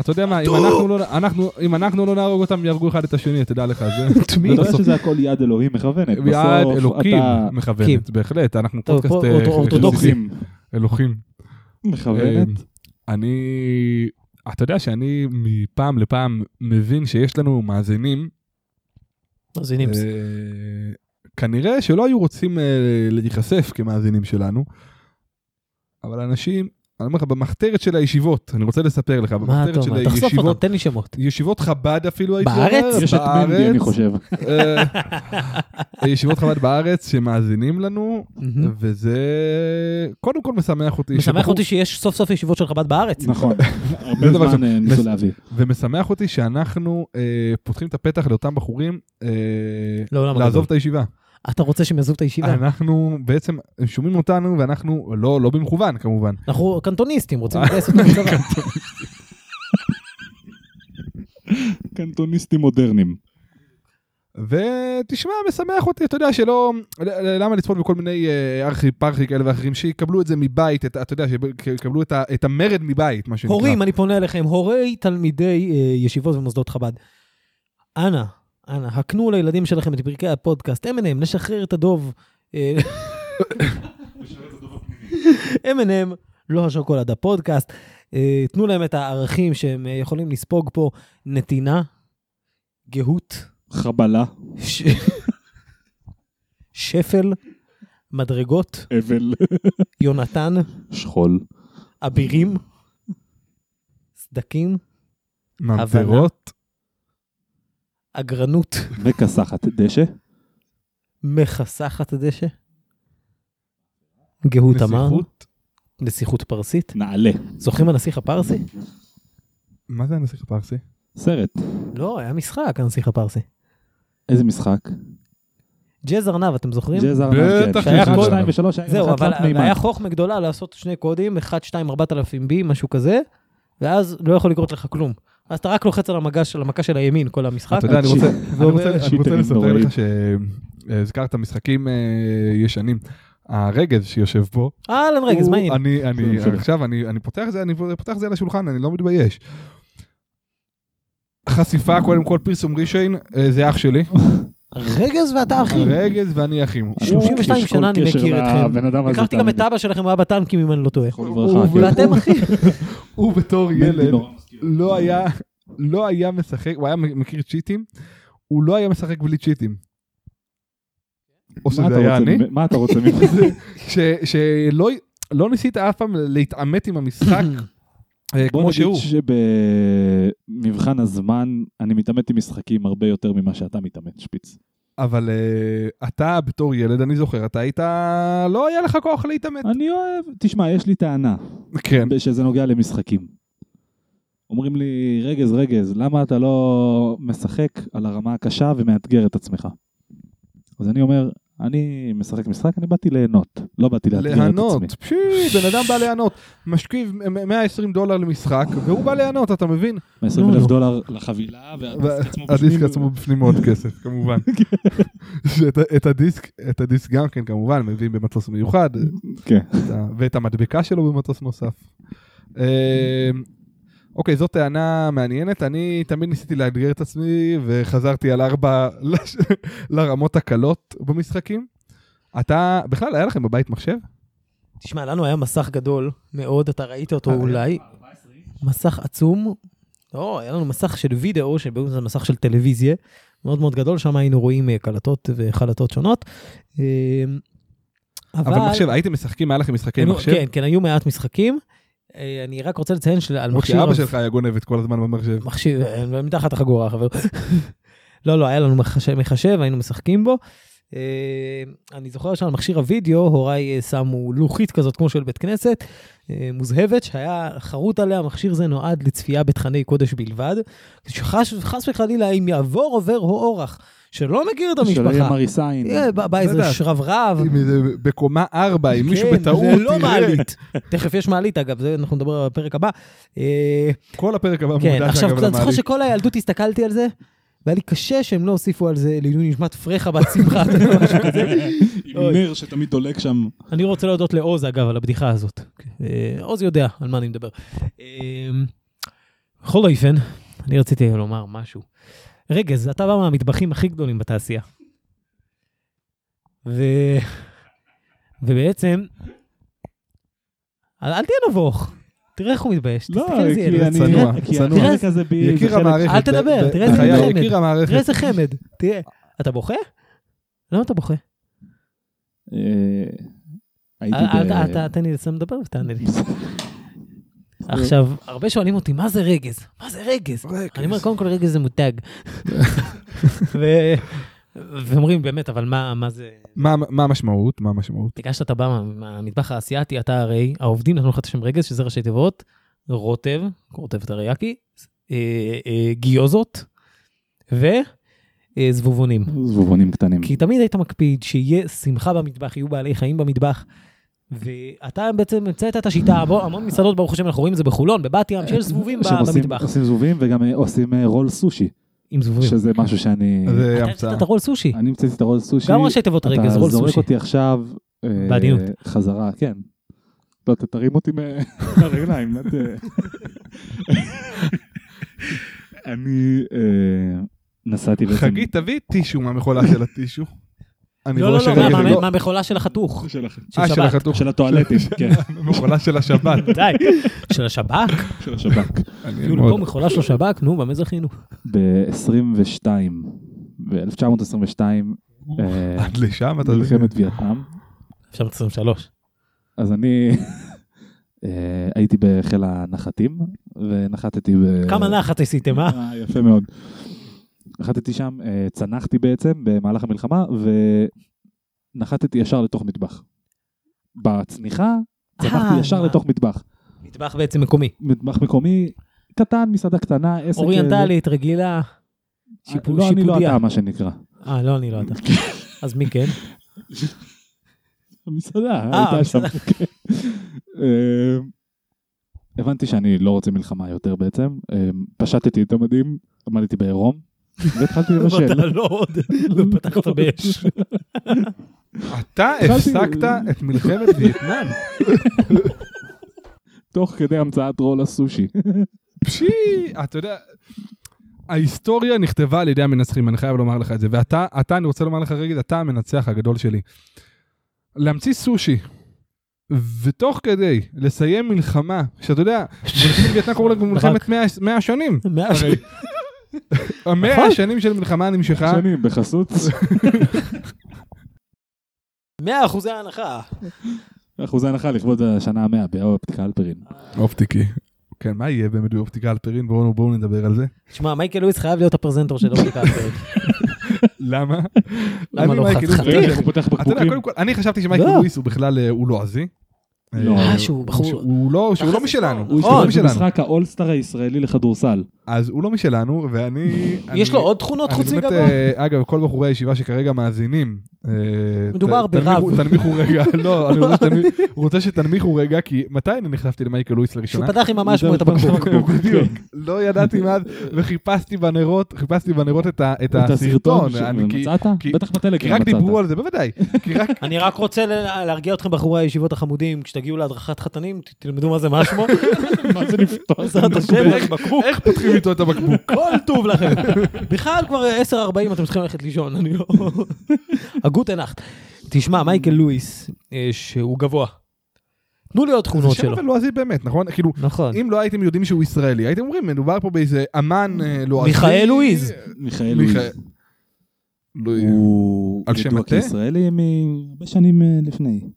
אתה יודע מה, אם אנחנו לא- אנחנו- אם אנחנו לא נהרוג אותם, יהרגו אחד את השני, תדע לך. זה-
את מי?
זה
אתה יודע
בסוף.
שזה הכל יד אלוהים מכוונת.
יד
בסוף
אלוקים
אתה-
קים.
מכוונת, בהחלט. אנחנו
כן. טוב,
פודקאסט...
פה
אה,
אורתו- אורתודוקסי.
חסידי. אלוהים.
מכוונת.
אה, אני... אתה יודע שאני מפעם לפעם מבין שיש לנו מאזינים
מאזינים.
אה, כנראה שלא היו רוצים אה, להיחשף כמאזינים שלנו, אבל אנשים, אני אומר לך, במחתרת של הישיבות, אני רוצה לספר לך,
מה אתה
במחתרת של
אומר? תחשוף אותם,
הישיבות,
תן לי שמות.
ישיבות חב"ד אפילו הייתי אומר,
בארץ?
אה, יש את מנדי, אני חושב.
אה, ישיבות חב"ד בארץ שמאזינים לנו, וזה קודם כל משמח אותי.
Mm. משמח
שבחור-
אותי שיש סוף סוף ישיבות של חב"ד בארץ.
נכון.
זה דבר
הרבה זמן אה, ניסו
מס-
להביא.
ומשמח אותי שאנחנו אה, פותחים את הפתח לאותם בחורים אה,
לעולם
לעזוב
הגדול.
את הישיבה.
לא, אתה רוצה שהם יעזבו את הישיבה?
אנחנו בעצם, הם שומעים אותנו ואנחנו, לא, לא במכוון כמובן.
אנחנו קנטוניסטים, רוצים
אה,
לגייס אותם לצבא.
קנטוניסטים מודרניים.
ותשמע, משמח אותי, אתה יודע שלא, ל- למה לצפות בכל מיני אה, ארכי פרחי כאלה ואחרים, שיקבלו את זה מבית, את, אתה יודע, שיקבלו את, ה- את המרד מבית, מה שנקרא.
הורים, אני פונה אליכם, הורי תלמידי אה, ישיבות ומוסדות חב"ד. אנא, אנא, הקנו לילדים שלכם את פרקי הפודקאסט. M&M, נשחרר את הדוב. אה, M&M, לא השוקולד הפודקאסט. אה, תנו להם את הערכים שהם אה, יכולים לספוג פה. נתינה, גאות,
חבלה,
ש- שפל, מדרגות,
אבל,
יונתן,
שכול.
אבירים, סדקים,
ממטרות,
אגרנות,
וכסחת דשא.
מכסחת הדשא, גאות אמר,
נסיכות.
נסיכות פרסית.
נעלה.
זוכרים הנסיך הפרסי?
מה זה הנסיך הפרסי?
סרט.
לא, היה משחק הנסיך הפרסי.
איזה משחק?
ג'אז ארנב, אתם זוכרים?
ג'אז ארנב.
בטח
שהיה
אחד,
קוד.
כן. שתיים ושלוש. היה גם
זהו,
אחד
אבל
תלת-מימד.
היה חוכמה גדולה לעשות שני קודים, 1, 2, 4000 B, משהו כזה, ואז לא יכול לקרות לך כלום. אז אתה רק לוחץ על המגש, על המכה של הימין, כל המשחק.
אתה יודע, אני רוצה-
תקשיב,
אני רוצה אני רוצה
שיטרים
לספר
נוראים.
לך שהזכרת משחקים אה, ישנים. הרגז שיושב פה,
אהלן רגז,
הוא-
מה העניין?
אני, אני,
בסדר.
עכשיו, אני, אני פותח את זה, אני פותח את זה על השולחן, אני לא מתבייש. חשיפה, קודם כל פרסום רישיין, אה, זה אח שלי,
רגז ואתה אחי.
רגז ואני אחים.
אוקיי.
32
יש כל
שנה אני
קשר
מכיר אתכם.
לבן אדם הזה,
הכרתי גם את
תאמין לי.
אבא שלכם, הוא היה בטנקים אם אני לא טועה.
זכרו
הוא-
לברכה. כן.
ואתם אחי,
הוא בתור
מנדי
ילד
נורא מזכיר.
לא היה, לא היה משחק, הוא היה מכיר צ'יטים, הוא לא היה משחק בלי צ'יטים. או
מה
שזה
אתה
היה
רוצה
אני.
ממ- מה אתה רוצה ממך?
ש- שלא לא ניסית אף פעם להתעמת עם המשחק אה,
בוא
כמו
נגיד
שהוא.
שבמבחן הזמן אני מתעמת עם משחקים הרבה יותר ממה שאתה מתעמת, שפיץ.
אבל אה, אתה בתור ילד, אני זוכר, אתה היית, לא היה לך כוח להתעמת.
אני אוהב, תשמע, יש לי טענה
כן.
שזה נוגע למשחקים. אומרים לי, רגז, רגז, למה אתה לא משחק על הרמה הקשה ומאתגר את עצמך? אז אני אומר, אני משחק משחק, אני באתי ליהנות, לא באתי לאתגר את עצמי.
ליהנות, פשי, בן אדם בא ליהנות, משכיב מ- 120 דולר למשחק, והוא בא ליהנות, אתה מבין?
נו,
מ-20 אלף
נו.
דולר לחבילה, והדיסק עצמו
הדיסק
בפנים.
עצמו בפנים מאוד כסף, כמובן. שאת- את הדיסק, את הדיסק גם כן, כמובן, מביאים במטוס מיוחד,
כן.
את ה- ואת המדבקה שלו במטוס נוסף. אה, אוקיי, זאת טענה מעניינת. אני תמיד ניסיתי לאתגר את עצמי, וחזרתי על ארבע לש- לרמות הקלות במשחקים. אתה, בכלל, היה לכם בבית מחשב?
תשמע, לנו היה מסך גדול מאוד, אתה ראית אותו
אה,
אולי. מסך עצום. לא, היה לנו מסך של וידאו, שבאמת זה מסך של טלוויזיה, מאוד מאוד גדול, שם היינו רואים אה, קלטות וחלטות שונות. אה,
אבל מחשב, הייתם משחקים, היה לכם משחקי
היו-
מחשב?
כן, כן, היו מעט משחקים. אה, אני רק רוצה לציין שעל
או
מכשיר...
שאבא שלך היה גונבת כל הזמן במחשב.
מחשיב, אה, מתחת החגורה, חבר. לא, לא, היה לנו מחשב, מחשב היינו משחקים בו. אה, אני זוכר שעל מכשיר הוידאו, הוריי אה, שמו לוחית כזאת, כמו של בית כנסת, אה, מוזהבת, שהיה חרוט עליה, מכשיר זה נועד לצפייה בתכני קודש בלבד. שחס חס וחלילה, אם יעבור עובר או אורח, שלא מכיר את
שלא יהיה
המשפחה,
מריס עין.
יהיה בא בא איזה
יודעת.
שרברב.
אם זה בקומה ארבע, אם מישהו
כן,
בטעות
זה לא
יראה-
מעלית. תכף יש מעלית, אגב, זה אנחנו נדבר על הפרק הבא. אה,
כל הפרק הבא
כן,
מוקדש
עכשיו,
אגב
אתה זוכר
למעלית.
שכל הילדות הסתכלתי על זה, והיה לי קשה שהם לא הוסיפו על זה לעילוי נשמת פרחה בת שמחה, אתה יודע, משהו כזה.
עם
אוי.
נר שתמיד דולק שם.
אני רוצה להודות לעוז, אגב, על הבדיחה הזאת. אה, עוז יודע על מה אני מדבר. אה, בכל אופן, אני רציתי לומר משהו. רגז, אתה בא מהמטבחים הכי גדולים בתעשייה. ו... ובעצם, אל אל תהיה נבוך, תראה איך הוא מתבייש.
לא,
תסתכל על זה,
כי
ילד.
אני...
תראה-
צנוע,
כי
צנוע.
החלק הזה בי... זה
יקיר
חלק-
המערכת.
אל תדבר,
ב-
תראה איזה
בחיי,
חמד.
יקיר
תראה
המערכת.
איזה חמד, תראה. אתה בוכה? למה אתה בוכה?
אה, הייתי
אל- אל-
ב-
אתה- אתה- תן לי לסיים לדבר ותענה לי. לא עכשיו, הרבה שואלים אותי, מה זה רגז? מה זה רגז? אני אומר, קודם כל רגז זה מותג. ו- ואומרים, באמת, אבל מה מה זה...
מה מה המשמעות? מה המשמעות?
בגלל שאתה בא מה- מהמטבח האסייתי, אתה הרי, העובדים נתנו לך את השם רגז, שזה ראשי תיבות, רוטב, רוטב טריאקי, אה, אה, גיוזות אה, וזבובונים.
זבובונים קטנים.
כי תמיד היית מקפיד שיהיה שמחה במטבח, יהיו בעלי חיים במטבח. ואתה בעצם המצאת את השיטה, המון, המון מסעדות, ברוך השם, אנחנו רואים את זה בחולון, בבת ים, שיש זבובים ב-
שהם עושים-
במטבח.
עושים זבובים וגם אה, עושים אה, רול סושי,
עם זבובים.
שזה משהו שאני...
זה
כן. אתה
המצאה.
המצאת את הרול סושי,
אני המצאתי את הרול סושי.
גם ראשי תיבות רגז, רול
אתה זורק
סושי.
אותי עכשיו... אה,
בעדינות.
חזרה, כן. לא, ת- תרים אותי מה- מהרגליים. אל ת- אני אה, נסעתי בעצם...
חגית, תביא טישו מהמכולה של הטישו. אני
לא,
רואה
לא,
שרגע
לא,
זה
מה- מה- מהמכולה של החתוך,
של הח-
של
אה, של
שבת.
החתוך.
של הטואלטים, כן,
המכולה של השבת.
די, של השב"כ,
של השב"כ.
מעניין
כאילו
מאוד.
פה מכולה של השב"כ, נו, במה זכינו?
אה. ב-22, ב-1922, אה,
עד לשם אתה...
מלחמת וייטנאם,
1923.
אז אני אה, הייתי בחיל הנחתים, ונחתתי ב...
כמה נחת עשיתם, אה?
אה, יפה מאוד. נחתתי שם, אה, צנחתי בעצם במהלך המלחמה, ונחתתי ישר לתוך מטבח. בצניחה, צנחתי
אה,
ישר
מה?
לתוך מטבח.
מטבח בעצם מקומי.
מטבח מקומי קטן, מסעדה קטנה, עסק...
אוריינטלית, רגילה,
אה,
שיפו-
לא, אני לא
שיפודיה.
אתה, מה שנקרא.
אה, לא, אני לא אתה. אז מי כן?
המסעדה,
אה,
הייתה שם. כן.
המסעדה.
אה, הבנתי שאני לא רוצה מלחמה יותר בעצם. אה, פשטתי את המדים, עמדתי בעירום, והתחלתי לבשל.
אתה לא עוד, פתחת באש.
אתה הפסקת את מלחמת וייטנאם.
תוך כדי המצאת רול הסושי.
פשי, אתה יודע, ההיסטוריה נכתבה על ידי המנצחים, אני חייב לומר לך את זה. ואתה, אתה, אני רוצה לומר לך רגע, אתה המנצח הגדול שלי. להמציא סושי, ותוך כדי לסיים מלחמה, שאתה יודע, מלחמת וייטנאם קוראים לה מלחמת 100 100 שנים.
מאה
הרי. המאה
נכון.
השנים של מלחמה נמשכה.
שנים, בחסות
מאה אחוזי הנחה.
אחוזי הנחה לכבוד השנה המאה באופטיקה אלפרין.
אופטיקי. כן, מה יהיה באמת באופטיקה אלפרין? בואו בואו נדבר על זה.
תשמע, מייקל לואיס חייב להיות הפרזנטור של אופטיקה אלפרין.
למה?
למה
אני
לא
מייקל
חתיך?
לואיס,
הוא פותח
אתה יודע,
בקבוקים.
קודם כל, אני חשבתי שמייקל
לא.
לואיס הוא בכלל, אה, הוא לועזי.
לא.
אה,
אה, שהוא בחור-
שהוא לא, שהוא לא
ככה זה
משלנו.
פה.
הוא
נכון.
הוא לא
השתתף
משלנו.
במשחק האולסטאר הישראלי לכדורסל.
אז הוא לא משלנו, ואני...
יש
אני-
לו עוד תכונות
אני
חוץ
באמת,
מגבוה?
אה, אגב, כל בחורי הישיבה שכרגע מאזינים, אה,
מדובר
ת- תנמיכו-
ברב.
תנמיכו רגע, לא, אני רוצה שתנמיך- רוצה שתנמיכו רגע, כי מתי אני נחשפתי למייקל לואיס
שהוא
לראשונה?
פתח עם ממש
הוא
את הבקבוק.
בדיוק,
כן.
לא ידעתי מה, זה, וחיפשתי בנרות, חיפשתי בנרות את ה- את
את הסרטון,
הסרטון,
ש-
אני- כי-
מצאת?
כי-
כן. בטח
כי
בטלגרם
רק
מצאת.
דיברו על זה, בוודאי, כי רק
אני רק רוצה ל- להרגיע אתכם, בחורי הישיבות החמודים, כשתגיעו להדרכת חתנים, ת- תלמדו מה זה מה שמו.
מה זה לפתוח?
בעזרת השם, רק בקבוק.
איך פותחים איתו את הבקבוק?
כל טוב לכם. בכלל כבר 10.40 אתם צריכים ללכת לישון, אני לא... הגות הנחת. תשמע, מייקל לואיס, אה, שהוא גבוה. תנו לי עוד
זה
תכונות
שם
שלו.
אבל לועזי באמת, נכון? כאילו,
נכון.
אם לא הייתם יודעים שהוא ישראלי, הייתם אומרים, מדובר פה באיזה אמן אה, לועזי.
מיכאל לואיז.
מיכאל-
מיכאל לואיז.
לואיז.
הוא
על שם
ידוע
מטה?
כישראלי מהרבה שנים אה, לפני.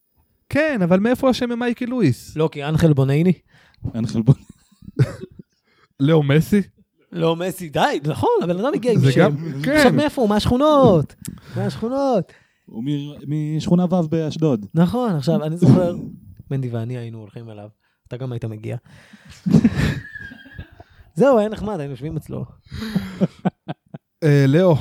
כן, אבל מאיפה השם מייקל לואיס?
לא, כי אנחל בונייני.
אנחל בון.
לאו מסי?
לא, מסי, די, נכון, הבן אדם הגיע עם
זה
שם.
גם,
עכשיו
כן.
מאיפה הוא? מהשכונות. מהשכונות.
הוא מ- משכונה ו' באשדוד.
נכון, עכשיו, אני זוכר, מנדי ואני היינו הולכים אליו, אתה גם היית מגיע. זהו, היה נחמד, היינו יושבים אצלו.
אה, לאו,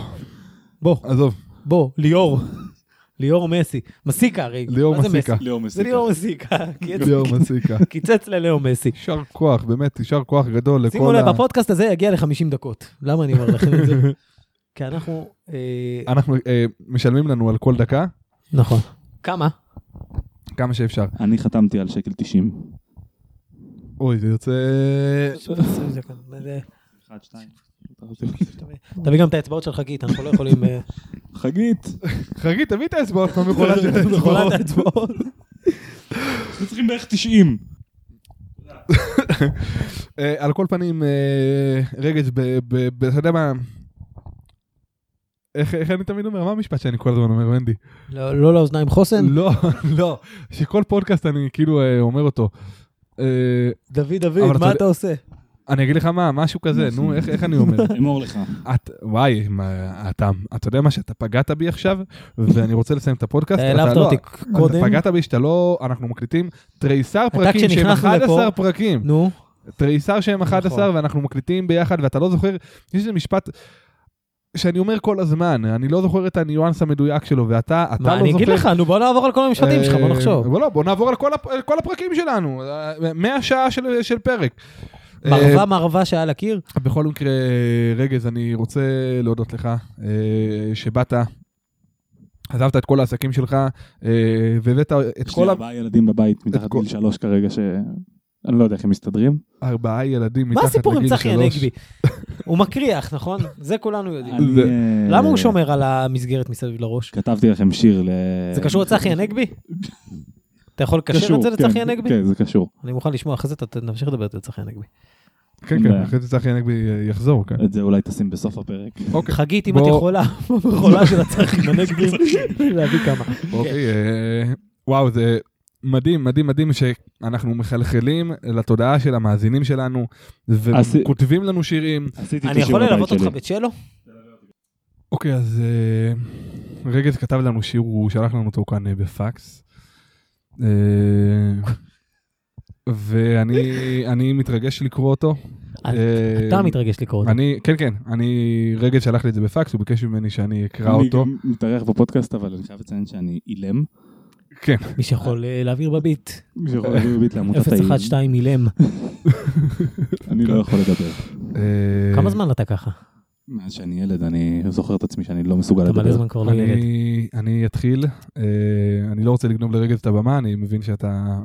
בוא,
עזוב,
בוא, ליאור. ליאור מסי. מסיקה הרי.
ליאור
מה זה
מסיקה.
ליאור
זה
מסיקה.
ליאור מסיקה. קיצץ-
ליאור מסיקה.
קיצץ לליאור מסי.
יישר כוח, באמת, יישר כוח גדול לכל ה...
שימו לב, הפודקאסט הזה יגיע ל-50 דקות. למה אני אומר לכם את זה? כי אנחנו... אה,
אנחנו אה, משלמים לנו על כל דקה,
נכון. כמה?
כמה שאפשר.
אני חתמתי על שקל 90.
אוי, זה יוצא...
זה כאן, זה-
אחד, שתיים.
תביא גם את האצבעות שלך, גיט, אנחנו לא יכולים... אה,
חגית,
חגית, תביא את האצבעות מהמכולה של האצבעות.
מכולת האצבעות.
אנחנו צריכים בערך 90.
אה, על כל פנים, אה, רגש, ב- ב- ב- אתה יודע מה... איך איך אני תמיד אומר? מה המשפט שאני כל הזמן אומר, ונדי?
לא לא לאוזניים חוסן?
לא, לא, שכל פודקאסט אני כאילו אה, אומר אותו. אה,
דוד,
אבל
דוד,
אתה
מה
יודע-
אתה עושה?
אני אגיד לך מה, משהו כזה, נו, איך איך אני אומר?
אמור לך.
את, וואי, מה, אתה, אתה יודע מה שאתה פגעת בי עכשיו, ואני רוצה לסיים את הפודקאסט. אתה
העלבת
לא-
אותי קודם.
אתה פגעת בי שאתה לא, אנחנו מקליטים תריסר פרקים שהם
כשנכנסנו לפה-
11 פרקים.
נו,
תריסר שהם 11
נכון.
ואנחנו מקליטים ביחד ואתה לא זוכר, יש איזה משפט שאני אומר כל הזמן, אני לא זוכר את הניואנס המדויק שלו ואתה, אתה לא
מה
זוכר.
אני אגיד לך? נו, בוא נעבור על כל המשפטים שלך, בוא
אה,
נחשוב.
בוא לא, בוא נעבור על כל הפ- על כל הפרקים שלנו, אה, מהשעה של- של פרק. אה,
מרווה מרווה שהיה על הקיר?
בכל מקרה, רגז, אני רוצה להודות לך אה, שבאת, עזבת את כל העסקים שלך, אה, והבאת את
יש לי
כל
ארבעה ילדים בבית מתחת
כל-
גיל שלוש כרגע, שאני לא יודע איך הם מסתדרים.
הארבעה ילדים
מה
מתחת לגיל
הסיפור עם צחי
שלוש.
הנגבי? הוא מקריח, נכון? זה כולנו יודעים.
אני,
זה-
אה,
למה הוא שומר על המסגרת מסביב לראש?
כתבתי לכם שיר ל...
זה קשור לצחי הנגבי? אתה יכול לקשר
אה, קשור,
את זה לצחי
כן,
הנגבי?
כן, זה קשור.
אני מוכן לשמוע, אחרי זה אתה תמשיך לדבר על צחי הנגבי.
כן, כן, אחרי זה צחי הנגבי אה, יחזור כאן.
את זה אולי תשים בסוף הפרק.
אוקיי.
חגית, אם את
בוא-
יכולה, חולה של הצחי הנגבי, להביא כמה.
אוקיי, אה, וואו, זה מדהים, מדהים, מדהים שאנחנו מחלחלים לתודעה של המאזינים שלנו,
אז-
וכותבים לנו שירים.
עשיתי את
אני
השיר
יכול
בבית
ללוות אותך
שלי.
בצ'לו?
אוקיי, אז אה, רגז כתב לנו שיר, הוא שלח לנו אותו כאן אה, בפקס. אה, ואני אני מתרגש לקרוא אותו. אה,
אתה מתרגש לקרוא אותו.
אני, כן, כן, אני, רגל שלח לי את זה בפקס, הוא ביקש ממני שאני אקרא אותו.
אני גם מתארח בפודקאסט, אבל אני חייב לציין שאני אילם.
כן,
מי שיכול אה, להעביר בביט,
מי שיכול להביא ביט לעמותת האילם.
012 אילם.
אני לא יכול לדבר.
אה,
כמה זמן אתה ככה?
מאז שאני ילד, אני זוכר את עצמי שאני לא מסוגל
אתה מלא
לדבר.
זמן כבר לא ילד.
אני, אני אתחיל, אה, אני לא רוצה לגנוב לרגל את הבמה, אני מבין שאתה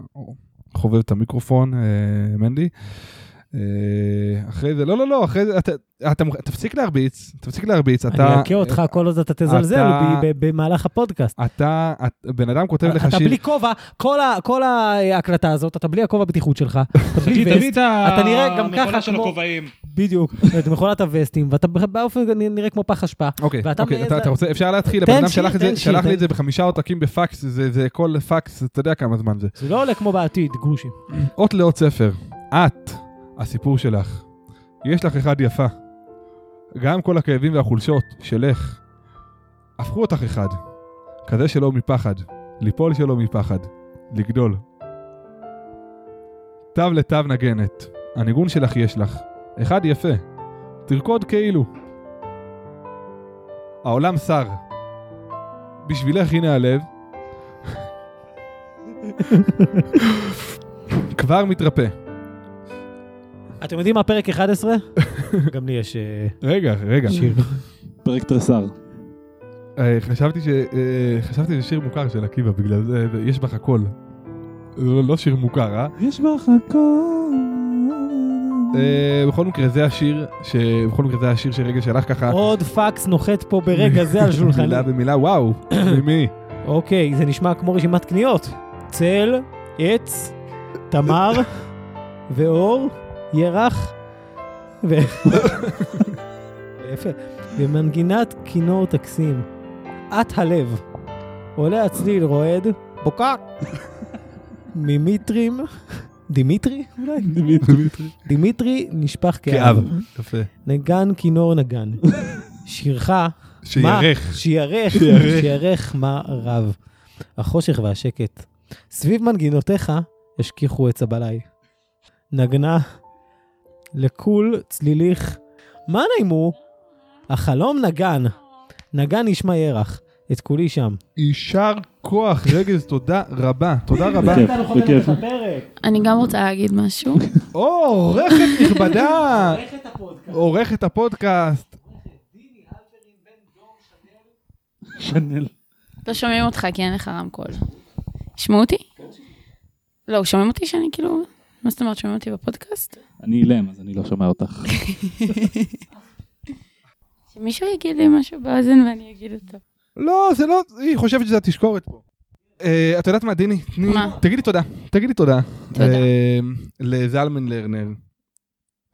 חובב את המיקרופון, אה, מנדי. אה, אחרי זה, לא, לא, לא, אחרי זה, אתה, אתה, מוכ- תפסיק להרביץ, תפסיק להרביץ, אתה...
אני אכה אותך כל עוד אתה תזלזל
אתה-
ב- ב- במהלך הפודקאסט.
אתה, את- בן אדם כותב לך
אתה
שיר,
בלי כובע, כל ה- כל ההקלטה הזאת, אתה בלי הכובע הבטיחות שלך. אתה בלי וסט, אתה נראה גם ככה כמו... בדיוק, את מכונת הווסטים, ואתה באופן נראה כמו פח אשפה.
אוקיי,
ואתה
אוקיי,
מעז-
אתה, אתה רוצה, אפשר להתחיל,
תן
הבן אדם
שיר,
שלח, את זה,
תן שיר,
שלח לי
תן.
את זה בחמישה עותקים בפקס, זה, זה כל פקס, אתה יודע כמה זמן זה.
זה לא עולה כמו בעתיד, גרושים.
אות לאות ספר, את, הסיפור שלך. יש לך אחד יפה. גם כל הכאבים והחולשות שלך, הפכו אותך אחד. כזה שלא מפחד, ליפול שלא מפחד, לגדול. תו לתו נגנת, הניגון שלך יש לך, אחד יפה, תרקוד כאילו. העולם סר, בשבילך הנה הלב. כבר מתרפא.
אתם יודעים מה פרק 11? גם לי יש אה,
רגע, רגע.
שיר.
פרק תריסר.
אה, חשבתי ש... אה, חשבתי שזה שיר מוכר של עקיבא, בגלל זה זה- יש בך הכל. זה לא לא שיר מוכר, אה?
יש בך הכל.
אה, בכל מקרה זה השיר, ש... בכל מקרה זה השיר שרגע שלך ככה,
עוד פקס נוחת פה ברגע זה על שולחני.
מילה במילה, וואו, ממי?
אוקיי, זה נשמע כמו רשימת קניות. צל, עץ, תמר ואור, ירח ו... יפה. ומנגינת כינור טקסים. את הלב. עולה הצליל רועד, בוקק. ממיטרים, דימיטרי אולי? דימיטרי נשפח כאב.
יפה.
נגן כינור נגן. שירך
שירך.
מה? שירך, שירך מה רב. החושך והשקט. סביב מנגינותיך השכיחו עץ הבלאי. נגנה לקול צליליך. מה נעימו? החלום נגן. נגן נשמע ירח. את כולי שם.
יישר כוח, רגז, תודה רבה, תודה
כן.
רבה.
בכיף, בכיף.
אני גם רוצה להגיד משהו.
או, עורכת נכבדה! עורכת הפודקאסט.
שנל.
לא שומעים אותך כי אין לך רמקול. ישמעו אותי? לא, שומעים אותי שאני כאילו... מה זאת אומרת, שומעים אותי בפודקאסט?
אני אילם, אז אני לא שומע אותך.
שמישהו יגיד לי משהו באוזן ואני אגיד אותו.
לא, זה לא, היא חושבת שזה התשקורת פה. אה, את יודעת מה, דיני? תני-
מה?
תגידי תודה, תגידי תודה.
תודה.
אה, לזלמן לרנר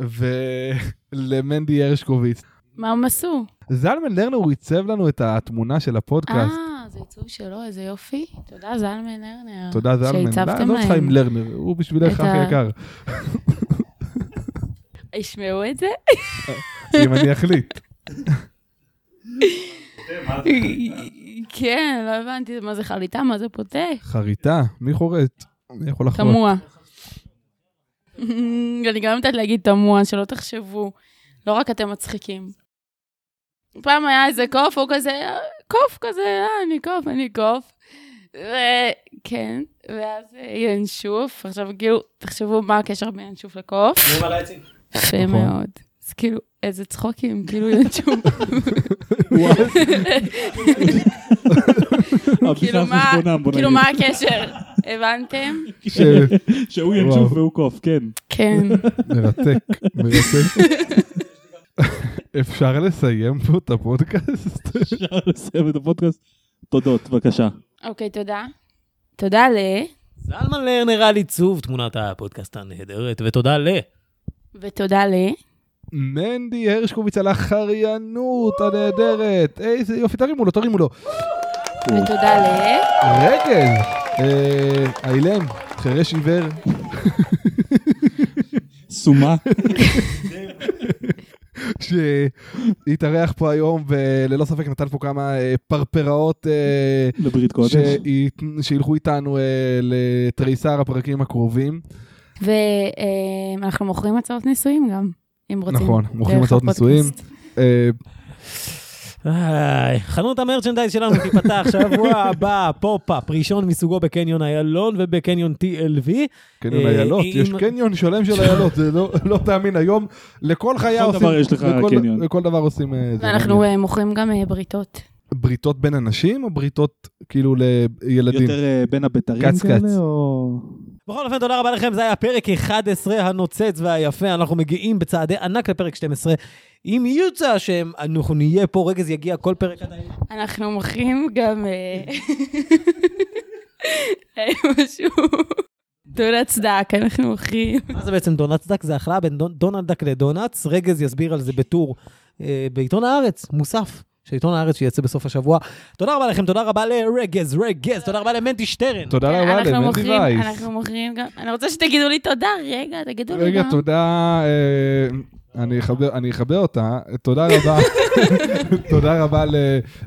ולמנדי הרשקוביץ.
מה הם עשו?
זלמן לרנר הוא עיצב לנו את התמונה של הפודקאסט.
אה, זה עיצוב שלו, איזה יופי. תודה, זלמן הרנר.
תודה זלמן.
אה, שהצבתם
לא, לא צריכה
להם.
עם לרנר, הוא בשבילך
את
הכי
ה-
יקר.
ישמעו את זה?
אם אני אחליט.
כן, לא הבנתי מה זה חליטה, מה זה פותח.
חריטה, מי חורט? מי יכול לחרוט?
תמוה. אני גם יודעת להגיד תמוה, שלא תחשבו. לא רק אתם מצחיקים. פעם היה איזה קוף, הוא כזה, "אה, קוף כזה, אה, אני קוף, אני קוף. וכן, ואז אה, ינשוף, עכשיו כאילו, תחשבו מה הקשר בין ינשוף לקוף. יפה
נכון.
מאוד. אז כאילו, איזה צחוקים, כאילו ינשוף. כאילו מה- כאילו מה הקשר? הבנתם?
ש-
שהוא
ינשוף
ינשוף והוא קוף, כן.
כן.
מרתק, מרתק. אפשר לסיים פה את הפודקאסט?
אפשר לסיים את הפודקאסט. תודות, בבקשה.
אוקיי, תודה. תודה ל...
זלמן לרנר על עיצוב תמונת הפודקאסט הנהדרת, ותודה ל...
ותודה ל...
מנדי הרשקוביץ על החריינות הנהדרת. איזה יופי, תרימו לו, תרימו לו.
ותודה ל...
רגל! אה, אילם, חירש עיוור.
סומה.
שהתארח פה היום וללא ספק נתן פה כמה אה, פרפראות אה,
לברית קודש.
שהי- שילכו איתנו אה, לתריסר הפרקים הקרובים.
ואנחנו מוכרים הצעות נישואים גם, אם רוצים.
נכון, מוכרים
דרך
הצעות
הפודקאסט.
נישואים. אה,
איי, חנות המרצ'נדייז שלנו תיפתח שבוע הבא, פופ-אפ, ראשון מסוגו בקניון איילון ובקניון TLV.
קניון
אה,
איילות, יש
אם-
קניון שלם של איילות, זה לא- לא תאמין, היום לכל חיה
לכל
עושים...
דבר יש לך
לכל-
קניון.
לכל דבר עושים... אה, זה
ואנחנו אה, מוכרים גם אה, בריתות.
בריתות בין אנשים או בריתות כאילו לילדים?
יותר אה, בין הבתרים
קץ, קץ.
כאלה, או...
בכל אופן, תודה רבה לכם, זה היה פרק 11 הנוצץ והיפה. אנחנו מגיעים בצעדי ענק לפרק 12. אם ירצה השם, אנחנו נהיה פה, רגז יגיע כל פרק עדיין.
אנחנו מוכרים גם... אה, אה, משהו... תעודת סדק, אנחנו מוכרים.
מה זה בעצם דונלד דק? זה החלאה בין דונ- דונלד דק לדונלדס. רגז יסביר על זה בטור אה, בעיתון הארץ, מוסף, של עיתון הארץ שיצא בסוף השבוע. תודה רבה לכם, תודה רבה לרגז, רגז, תודה רבה למנטי שטרן.
תודה רבה
אנחנו
למנדי
מוכרים-
וייס.
אנחנו מוכרים גם... אני רוצה שתגידו לי תודה, רגע, תגידו לי
רגע,
גם.
תודה, אה, אני אחבר- אני אחבר אותה, תודה רבה, תודה רבה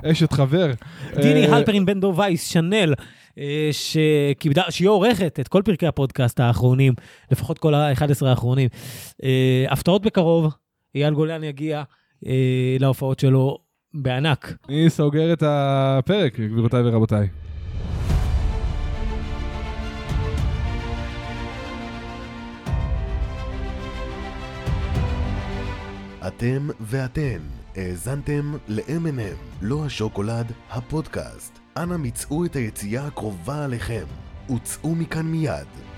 לאשת חבר.
דיני
אה,
הלפרין בן דוב וייס, שנל, אה, שכיבדה, שהיא עורכת את כל פרקי הפודקאסט האחרונים, לפחות כל ה-11 האחרונים. אה, הפתעות בקרוב, אייל גולן יגיע אה, להופעות שלו בענק.
אני סוגר את הפרק, גבירותיי ורבותיי.
אתם ואתן האזנתם ל-M&M, לא השוקולד, הפודקאסט. אנא מצאו את היציאה הקרובה עליכם, וצאו מכאן מיד.